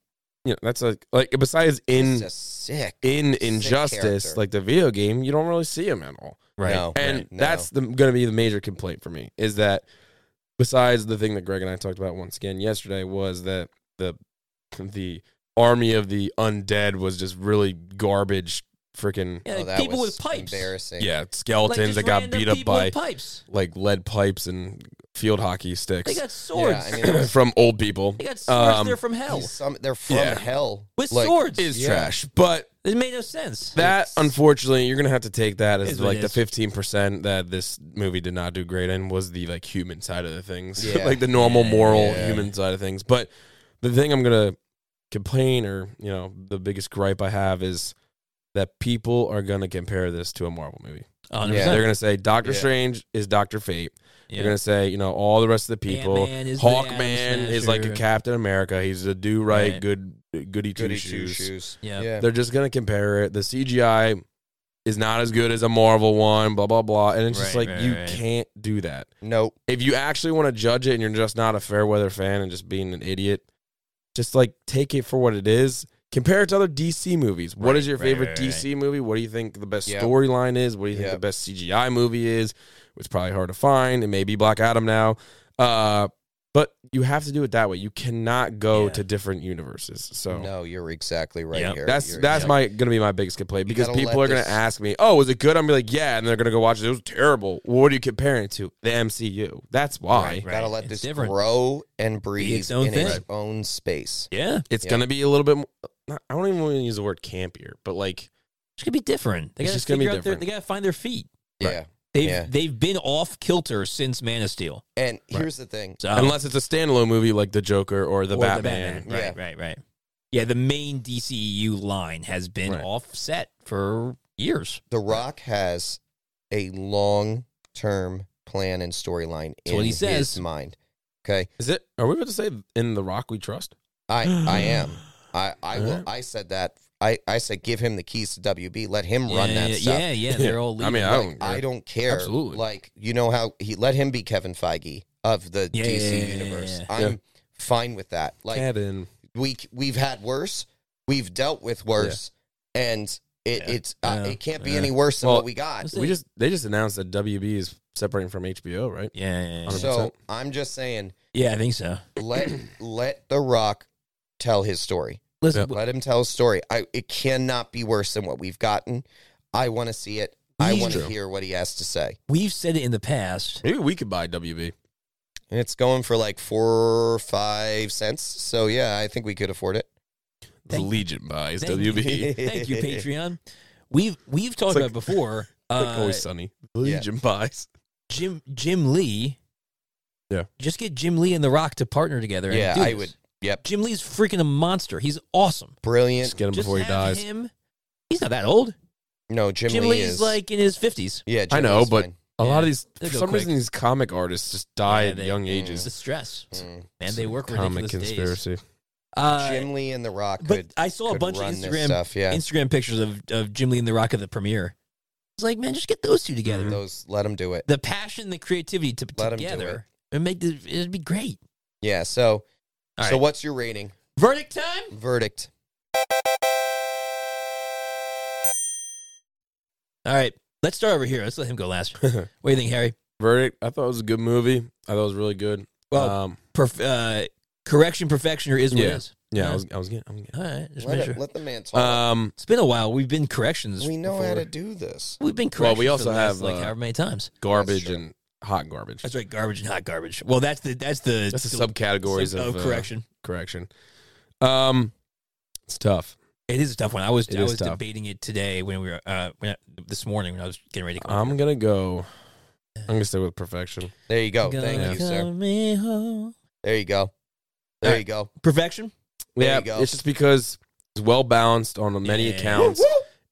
you know that's like like besides in
He's a sick.
in
sick
Injustice
character.
like the video game you don't really see him at all.
Right.
No.
And
No.
that's the, gonna be the major complaint for me is that besides the thing that Greg and I talked about once again yesterday was that the the army of the undead was just really garbage freaking
Yeah,
Oh,
like
that
people
was
with pipes.
Embarrassing.
yeah
Like
skeletons
just
that got
random
beat up
people
by
with pipes.
like lead pipes and field hockey
They
sticks [LAUGHS]
got swords.
I mean, there's-
[CLEARS THROAT] from old people
they got swords.
Um,
They're from hell
He's some, they're from
Yeah.
hell.
with
Like,
swords.
is
Yeah.
trash. But
it made no sense.
that
It's-
unfortunately you're gonna have to take that as
Is what
like
it
the
is.
15% that this movie did not do great in was the like human side of the things [LAUGHS]
Yeah.
like the normal moral
Yeah.
human side of things but the thing i'm gonna complain or you know the biggest gripe i have is that people are gonna compare this to a marvel movie
Yeah.
they're gonna say doctor
Yeah.
strange is doctor fate they're gonna say you know all the rest of the people
Ant-Man is the Atom
hawkman is like a
Smasher.
captain america he's a do right,
Right.
good goody two
goody
shoes
shoes.
Yeah.
Yeah.
they're just gonna compare it. The CGI is not as good as a Marvel one, blah blah blah. And it's just
Right,
like
right,
you
right.
can't do that.
Nope.
If you actually want to judge it and you're just not a fair weather fan and just being an idiot, just like take it for what it is. Compare it to other DC movies. What
Right,
is your
right,
favorite
right,
DC movie? What do you think the best
Yep.
storyline is? What do you think the
Yep.
best CGI movie is? It's probably hard to find. It may be Black Adam now. Uh, but you have to do it that way. You cannot go
Yeah.
to different universes. So
No, you're exactly right
Yeah.
here.
that's
You're
that's
exactly-
my gonna be my biggest complaint
You
because
gotta
people
let
are gonna
this-
ask me, "Oh, was it good?" I'm gonna be like, "Yeah," and they're gonna go watch it. It was terrible. What are you comparing it to? The MCU. That's why
Right, right.
Gotta let
It's
this
different.
grow and breathe
its own
in its
thing.
own space.
Yeah.
it's
Yeah.
gonna be a little bit. More, not- I don't even want to use the word campier, but like,
It's gonna be different. They
It's
gotta
just gonna be
figure out their-
different.
they gotta find their feet.
Yeah.
They've
Yeah.
they've been off kilter since Man of Steel.
And
Right.
here's the thing.
So
unless it's a standalone movie like the Joker or the
Oh. or
Batman,
Batman. Right, right, right. Yeah, the main DCEU line has been
Right.
offset for years.
The Rock has a long term plan and storyline
That's
in
what he says.
his mind. Okay.
is it? Are we about to say in the Rock we trust?
I
[SIGHS]
I am. I, I will
Uh-huh.
Alright.
I said that. I, I said give him the keys to WB. Let him
Yeah,
run that
yeah,
stuff.
yeah,
[LAUGHS]
yeah, They're all
I
leaving.
mean, I don't.
I
care.
don't care.
Absolutely.
Like you know how he let him be Kevin Feige of the
Yeah,
DC
yeah, yeah, yeah,
universe.
yeah.
I'm
Yeah.
fine with that. Like
Kevin.
we we've had worse. We've dealt with worse, and it,
Yeah.
it's uh,
Yeah.
it can't be
Yeah.
any worse than
Well,
what we got.
Let's
We
see.
just they just announced that WB is separating from HBO, right?
yeah, yeah, yeah.
just-
So
100%.
I'm just saying,
yeah, I think so.
let [CLEARS THROAT] let The Rock tell his story.
Listen,
Yeah.
w-
Let him tell his story. I it cannot be worse than what we've gotten. I want to see it. I
He's
want to
true.
hear what he has to say.
we've said it in the past.
Maybe we could buy WB.
And it's going for like four or five cents. So yeah, I think we could afford it.
Thank-
Legion buys
thank
[LAUGHS] WB.
Thank you, [LAUGHS] Patreon. We've we've talked
[LAUGHS] It's like-
about before.
like
Uh,
always sunny. Legion buys.
Jim Jim Lee.
Yeah.
Just get Jim Lee and The Rock to partner together. and
Yeah,
do
I
this.
would- Yep.
Jim Lee's freaking a monster. He's awesome.
Brilliant.
Just get him
Just
before he
have
dies.
him. He's not that old.
No, Jim,
Jim,
Lee
Lee's
is
like in his fifties.
Yeah, Jim
I know,
Lee's
but-
fine.
A
Yeah.
lot of these, for
They'll go
some
quick.
reason, these comic artists just die
Yeah,
at
they-
young
It's
ages.
the stress,
Mm.
man. They work
comic
ridiculous days.
conspiracy.
Uh,
Jim Lee and The Rock
but
could,
I saw a
could
bunch of
run this
Instagram
stuff. Yeah,
Instagram pictures of, of Jim Lee and The Rock at the premiere. It's like, man, just get those two together.
Mm-hmm. those let them do it.
The passion, the creativity to,
Let 'em do
together, and make the, it'd be great.
Yeah. So,
All
so
right.
what's your rating?
Verdict time.
Verdict.
All right, let's start over here. Let's let him go last.
[LAUGHS]
what do you think, Harry?
Verdict. I thought it was a good movie. I thought it was really good.
Well,
um,
Perf- uh, correction perfectioner is what
Yeah.
it is.
yeah,
uh,
I was, I was getting. I was getting
All right, just
Let,
make
it-
sure.
let the man talk.
um,
It's been a while. We've been corrections.
we know how
Uh, before.
to do this.
We've been
Well,
corrections.
we
for
also
the last,
have,
like
uh,
however many times.
garbage
true.
and hot garbage.
That's right. Garbage and hot garbage. Well, that's the that's the
That's the
sub-
subcategories
sub- oh,
of uh,
correction.
correction. Um, it's tough.
It is a tough one. I was
It
I
is
was
tough.
debating it today when we were uh when I, this morning when I was getting ready to come.
I'm gonna go. I'm gonna stay with perfection.
There you go. Thank
Gonna
you, sir.
call me home.
There you go. There
All
you go.
Perfection.
There
yeah,
you go.
it's just because it's well balanced on many
Yeah.
accounts.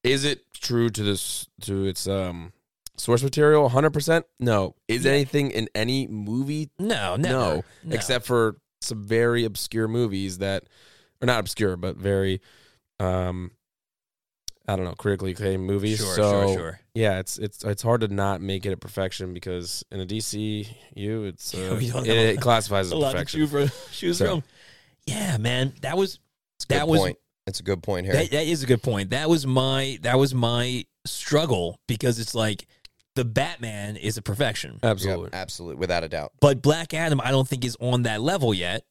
Is it true to this to its um source material? 100. percent No. Is
Yeah.
anything in any movie?
No, never.
No,
no.
except for some very obscure movies that are not obscure, but very um. I don't know, critically acclaimed movies.
sure,
so
sure, sure.
Yeah, it's it's it's hard to not make it a perfection because in a DCU,
[LAUGHS]
it's uh,
We don't
it,
know.
it classifies
[LAUGHS]
as
a lot to
perfection.
choose from. choose
So.
from. Yeah, man, that was
It's a
that
good
was
point. It's a good point here.
that, that is a good point. That was my that was my struggle because it's like the Batman is a perfection,
Absolutely,
Yep, absolutely, without a doubt.
but Black Adam I don't think is on that level yet.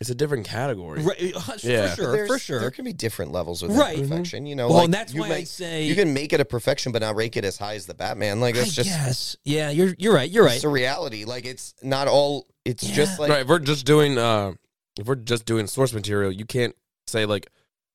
it's a different category.
Right, uh,
Yeah.
for sure, for
There's- There
sure.
can be different levels with
Right. Mhm.
perfection. You know,
Well,
like,
and that's
you
why I
make-
say
you can make it a perfection, but not rank it as high as the Batman. Like
I
it's just
guess. Yeah, you're you're right. You're right.
it's a reality. Like it's not all. It's
Yeah.
just like
right, if we're just doing uh, if we're just doing source material, you can't say like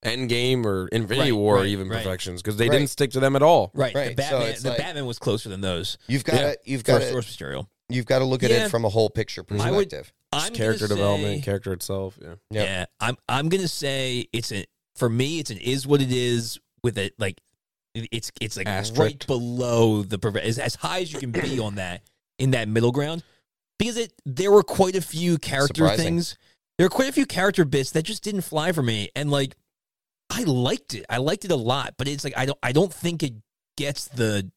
Endgame or Infinity
Right,
War are
right,
even
right.
perfections because they
Right.
didn't stick to them at all.
Right. The
Right, so
Batman
it's
the
like-
Batman was closer than those
you've got to you've
for
got to
source material.
you've got to look at
Yeah.
it from a whole picture
I would-
perspective.
I'm gonna
character
say-
development, character itself. Yeah,
Yep.
Yeah, I'm I'm gonna say it's a for me it's an is what it is with it like it- it's it's like right
Asterisk.
below the perve- as as high as you can be on that in that middle ground because it there were quite a few character
Surprising.
things there were quite a few character bits that just didn't fly for me and like I liked it I liked it a lot but it's like I don't I don't think it gets the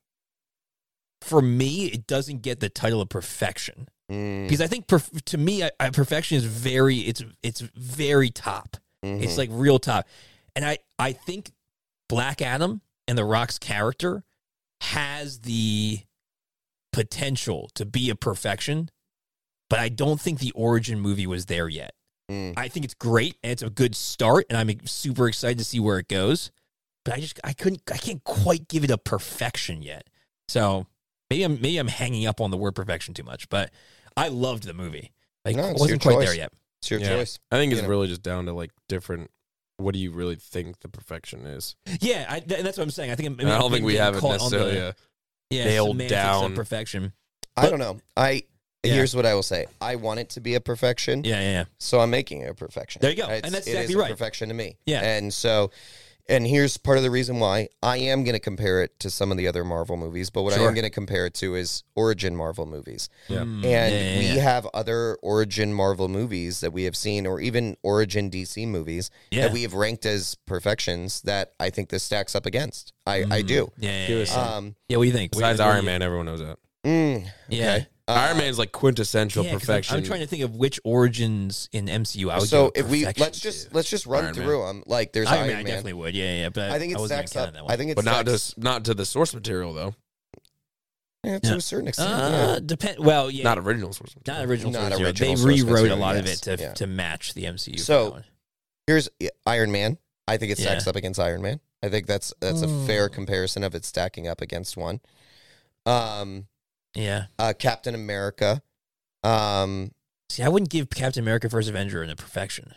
for me it doesn't get the title of perfection
Mm,
because I think perf- to me, I, I, perfection is very it's it's very top.
mhm.
It's like real top, and I I think Black Adam and The Rock's character has the potential to be a perfection, but I don't think the origin movie was there yet.
Mm.
I think it's great and it's a good start, and I'm super excited to see where it goes. But I just I couldn't I can't quite give it a perfection yet. So maybe I'm maybe I'm hanging up on the word perfection too much, but I loved the movie. Like
No,
it
it's
wasn't
your
quite there
choice.
yet.
it's your
Yeah.
choice.
I think it's
You know.
really just down to like different. What do you really think the perfection is?
Yeah, I, th- that's what I'm saying. I think I'm,
And I don't think we
getting
have it
caught on the-
necessarily. uh,
yeah,
nailed
semantics of
down.
perfection.
I
But-
don't know. I
Yeah.
here's what I will say. I want it to be a perfection,
Yeah, yeah, yeah.
so I'm making it a perfection.
There you go.
It's-
And that's
it is
exactly
a
right.
perfection to me.
Yeah.
and so. And here's part of the reason why I am going to compare it to some of the other Marvel movies, but what I
Sure.
am going to compare it to is origin Marvel movies.
Yeah.
Mm,
And
yeah, yeah,
we
yeah.
have other origin Marvel movies that we have seen, or even origin DC movies
yeah.
that we have ranked as perfections that I think this stacks up against. I, I
Mm,
do.
Yeah, yeah,
Give
yeah,
us
yeah.
some.
Um,
Yeah, What do you think? What do you
Besides
think?
Iron Man, everyone knows that.
mm,
Yeah.
okay. Uh,
Iron Man's like quintessential
Yeah, 'cause I'm-
perfection.
I'm, trying to think of which origins in MCU I would.
Uh, So
give
if
a
we
perfection
let's just
to.
let's just run
Iron Man.
through them. Like there's
Iron
Iron,
Man, I
Man.
definitely would. Yeah, yeah, yeah. But
I, think it
was
stacks up. I think it
but not
stacks
just not to the source material though.
yeah, to a certain extent.
Uh, depend. Well, yeah,
Not original source
not
material.
original.
Not
source
original
material.
source
They rewrote a
material,
lot
yes.
of it to
Yeah.
to match the MCU. for
So,
that one.
yeah. Here's yeah, Iron Man. I think it stacks
Yeah.
up against Iron Man. I think that's that's a fair
Mm.
comparison of it stacking up against one. Um,
yeah.
uh, Captain America. Um,
See, I wouldn't give Captain America: First Avenger an a perfection.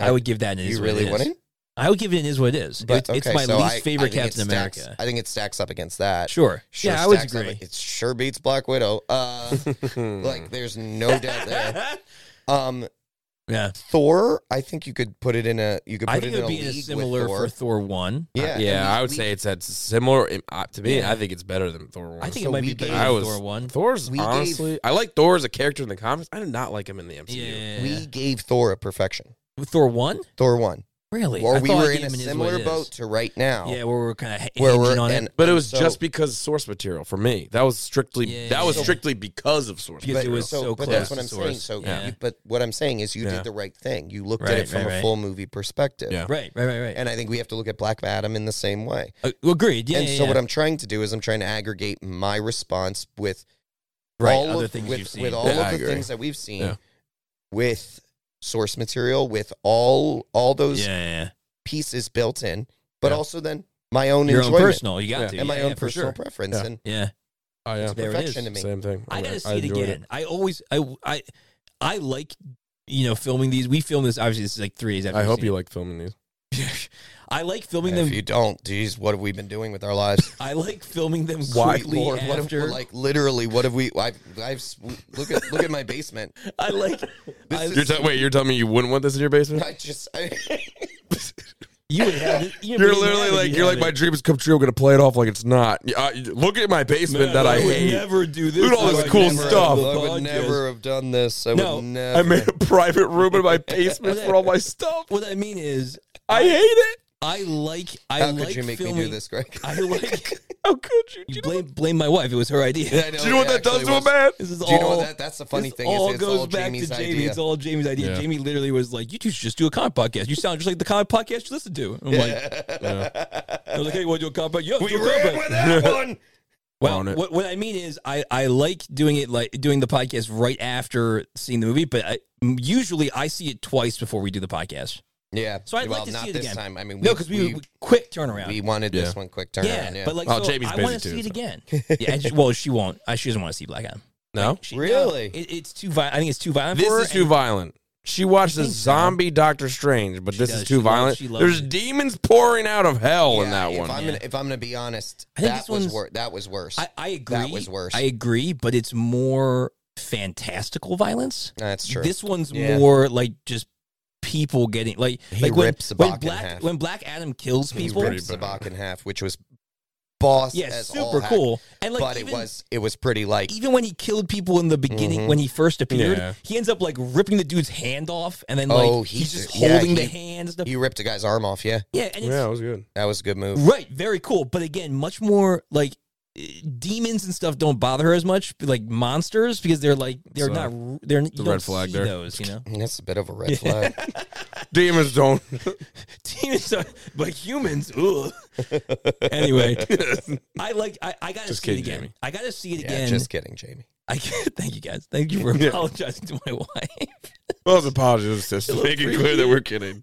I would give that an is
You
what it
really
is.
wouldn't?
I would give it an is what it is.
But,
It's- it's
okay,
my
so
least
I- I
favorite
think it
Captain
stacks-
America.
I think it stacks up against that.
Sure.
Sure
yeah, I would
stacks up.
agree.
It sure beats Black Widow.
[LAUGHS]
Uh,
[LAUGHS]
like, there's no doubt there. Um,
yeah.
Thor, I think you could put it in a. You could put
I think
it
it
in
would
a
be a
league with
similar
Thor.
for Thor 1.
yeah,
yeah,
yeah,
and
I would
we-
say it's at similar. um, uh, To me,
Yeah.
I think it's better than Thor. One.
I think
So
it might
we
be better
gave-
than
I was-
Thor 1.
Thor's
we gave-
honestly, I like Thor as a character in the comics. I did not like him in the MCU.
yeah.
We gave Thor a perfection.
Thor 1?
Thor one,
Really?
or
I
we
thought I
were
gave
in a
him an is what
similar
it is.
boat to right now.
Yeah, where we're kind of
where we're
on
and-
it
But it was
so-
just because source material for me. That was strictly
Yeah,
that was
yeah.
strictly because of source.
Because it
material.
was so
but
close
that's what
to
I'm saying.
source.
So,
Yeah.
you, but what I'm saying is, you
Yeah.
did the right thing. You looked at
Right,
it from
right,
a
right.
full movie perspective.
Yeah.
Right, right, right, right.
And I think we have to look at Black Adam in the same way.
Uh, agreed. Yeah,
and
yeah,
so
yeah.
what I'm trying to do is I'm trying to aggregate my response with
right,
all
other
of,
things
with,
you've seen.
with all
Yeah, I
of the
agree.
things that we've seen
Yeah.
with source material with all all
yeah,
those
yeah,
pieces built in, but
Yeah.
also then my own
yeah. Your own
enjoyment
personal. You got
Yeah.
to.
and my
yeah,
own
yeah, for
personal
sure.
preference.
Yeah.
And
Yeah.
Oh, yeah.
There it is.
perfection to me.
Same thing.
I gotta
Right.
see it
enjoyed
again. I always I I I like you know filming these. We film this obviously. This is like three days after.
I
we've
hope
seen
you like filming these.
it. [LAUGHS] I like filming
if
them.
you don't, geez, what have we been doing with
[LAUGHS]
our lives?
I like filming them
Why,
quickly
Lord, what have,
after.
like literally, what have we? I've, I've look at look at my basement.
[LAUGHS] I like. I,
You're te- wait, you're telling me you wouldn't want this in your basement?
I just, I, [LAUGHS]
you would have. it- You
[LAUGHS] You're
wouldn't
literally
have it,
like
you'd
you're
have
like my
it.
dream has come true. I'm gonna play it off like it's not. Yeah, I- look at my basement
Man,
that I,
would
hate.
Never do this.
Look at all
I
this
would
cool
never have
stuff.
the
I would
podcast.
never have done this. I
No,
would never.
I made a private room in my basement for all
[LAUGHS]
my stuff.
What I mean is,
I hate it.
I like. I
How
like
could you make
filming,
me do this, Greg?
I
[LAUGHS]
like.
How could you? Do
You
you know,
blame blame my wife. It was her idea.
Yeah, I
do you know what that
it
does
actually
to a
was.
man?
[LAUGHS] This is all.
Do you know what that, that's the funny
This
thing
all
is it's
goes
all
back
Jamie's
to Jamie.
idea.
It's all Jamie's idea.
Yeah.
Jamie literally was like, "You two should just do a comic podcast. You sound just like the comic podcast you listen to." And I'm like, I was like, "Hey, you want to do a comic podcast? Yeah, let's
we
do a
ran
comic."
with
podcast." [LAUGHS]
that one.
Well,
On it.
what, what I mean is, I, I like doing it like doing the podcast right after seeing the movie, but I, usually I see it twice before we do the podcast.
Yeah.
So I'd
well,
like to
not
see it
this
again.
time. I mean,
no, because we,
we,
quick turnaround.
we wanted this one quick turnaround.
yeah,
Yeah,
but like,
Oh,
so
Jamie's
I want
busy
to
too,
see it
so.
again. [LAUGHS] Yeah, and she, well, she won't. I, she doesn't want to see Black Adam.
No,
She-
Really?
it, it's too violent. I think it's too violent.
this
for her,
is too
and-
violent. She watched a
think so.
zombie Doctor Strange, but
She
this
does.
is too
She loves-
violent.
she loves
There's
it.
demons pouring out of hell in
Yeah,
that
if
one.
I'm
Yeah.
gonna, if I'm gonna be honest,
I think
that
this
was
one's-
wor- that was worse.
I, I agree.
was worse.
I agree, but it's more fantastical violence.
That's true.
This one's
Yeah.
more like just people getting like
He
like when,
rips a
when
Bach in
Black
half.
when Black Adam kills
He
people.
rips-
ripped Sabak in half, which was boss.
Yeah,
as all
super
heck,
cool. And like
but
even,
it was Mm-hmm. it was pretty like
even when he killed people in the beginning when he first appeared,
Yeah.
he ends up like ripping the dude's hand off, and then like
Oh, he
he's just
did- yeah,
holding the
he-
hand. and stuff.
you ripped a guy's arm off. Yeah,
yeah, and it's
yeah, it was good.
that was a good move.
Right, very cool. But again, much more like eh, demons and stuff don't bother her as much, but like monsters because they're like they're
So,
not r- they're you don't
red flag
see
there.
those, you know. [LAUGHS]
That's a bit of a red flag.
Demons don't. [LAUGHS]
demons are but humans, ugh.
[LAUGHS]
anyway, I like I, I gotta
Just
see it
kidding,
again.
Jamie.
I gotta see it
yeah,
again.
just kidding, Jamie.
I can't, [LAUGHS] thank you guys. Thank you for
[LAUGHS] Yeah.
apologizing to my [LAUGHS] wife.
Well, it's apologies, just
Little
making
freaky.
clear that
[LAUGHS]
we're kidding.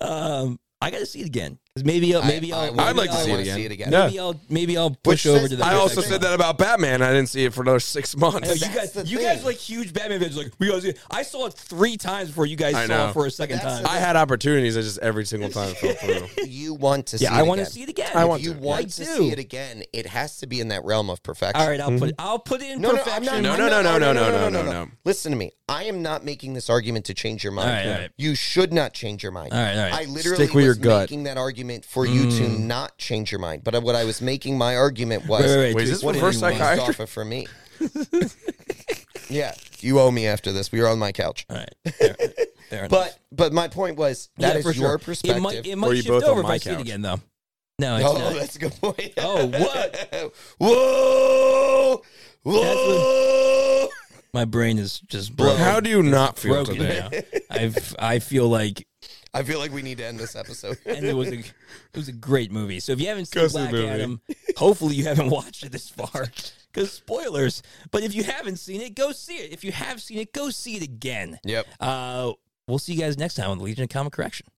Um, I gotta see it again. 'Cause Maybe I'll,
I-
maybe
I
I'll,
wanna-
I'd like to
I
see it
wanna
again.
see it again.
Yeah.
Maybe I'll maybe I'll
Which
push over
says-
to the.
I
Yeah,
also
that's
said
right.
that about Batman. I didn't see it for another six months.
I know, you
That's
guys,
the
you
thing.
guys like huge Batman fans. Like we always, I saw it three times before you guys
I
saw it
know.
for a second
That's
time.
the-
I had opportunities. I just every single time it fell through.
You want to?
yeah,
see
I
it
want to
again.
see it again.
I
If
want
you-
You
to,
want
I
to
do.
see it again. It has to be in that realm of perfection.
All right,
Mm-hmm.
I'll put it. I'll put it in
No, no, I'm
perfection.
not.
No,
I'm
no,
not-
no,
oh,
no, no, no, no.
Listen to me. I am not making this argument to change your mind.
All right, all right.
You should not change your mind.
All right, all right. Mm.
I literally
Stick with your
was
gut.
making that argument for you to not change your mind. But what I was making my argument was
Wait, wait, wait.
Wait, is
dude,
this
what
the
did
first
you
time
want?
I-
based off of
[LAUGHS]
for me. yeah, you owe me after this. We were on my couch.
All right, fair-
[LAUGHS]
fair enough.
But but my point was that
Yeah,
is
for
your
sure.
perspective.
It might, it
Or
might
you
shift
both on
over if
my
I see it
couch.
again, though. No, it's
oh,
not.
that's a good point.
Oh, what?
[LAUGHS] Whoa! Whoa!
My brain is just broken.
How do you not feel
broken
today?
now? I've I feel like
I feel like we need to end this
[LAUGHS]
episode.
and it was a it was a great movie. So if you haven't seen
Cussing
Black
movie.
Adam, hopefully you haven't [LAUGHS] watched it this far because spoilers. But if you haven't seen it, go see it. If you have seen it, go see it again.
yep.
Uh, we'll see you guys next time on the Legion of Comic Correction.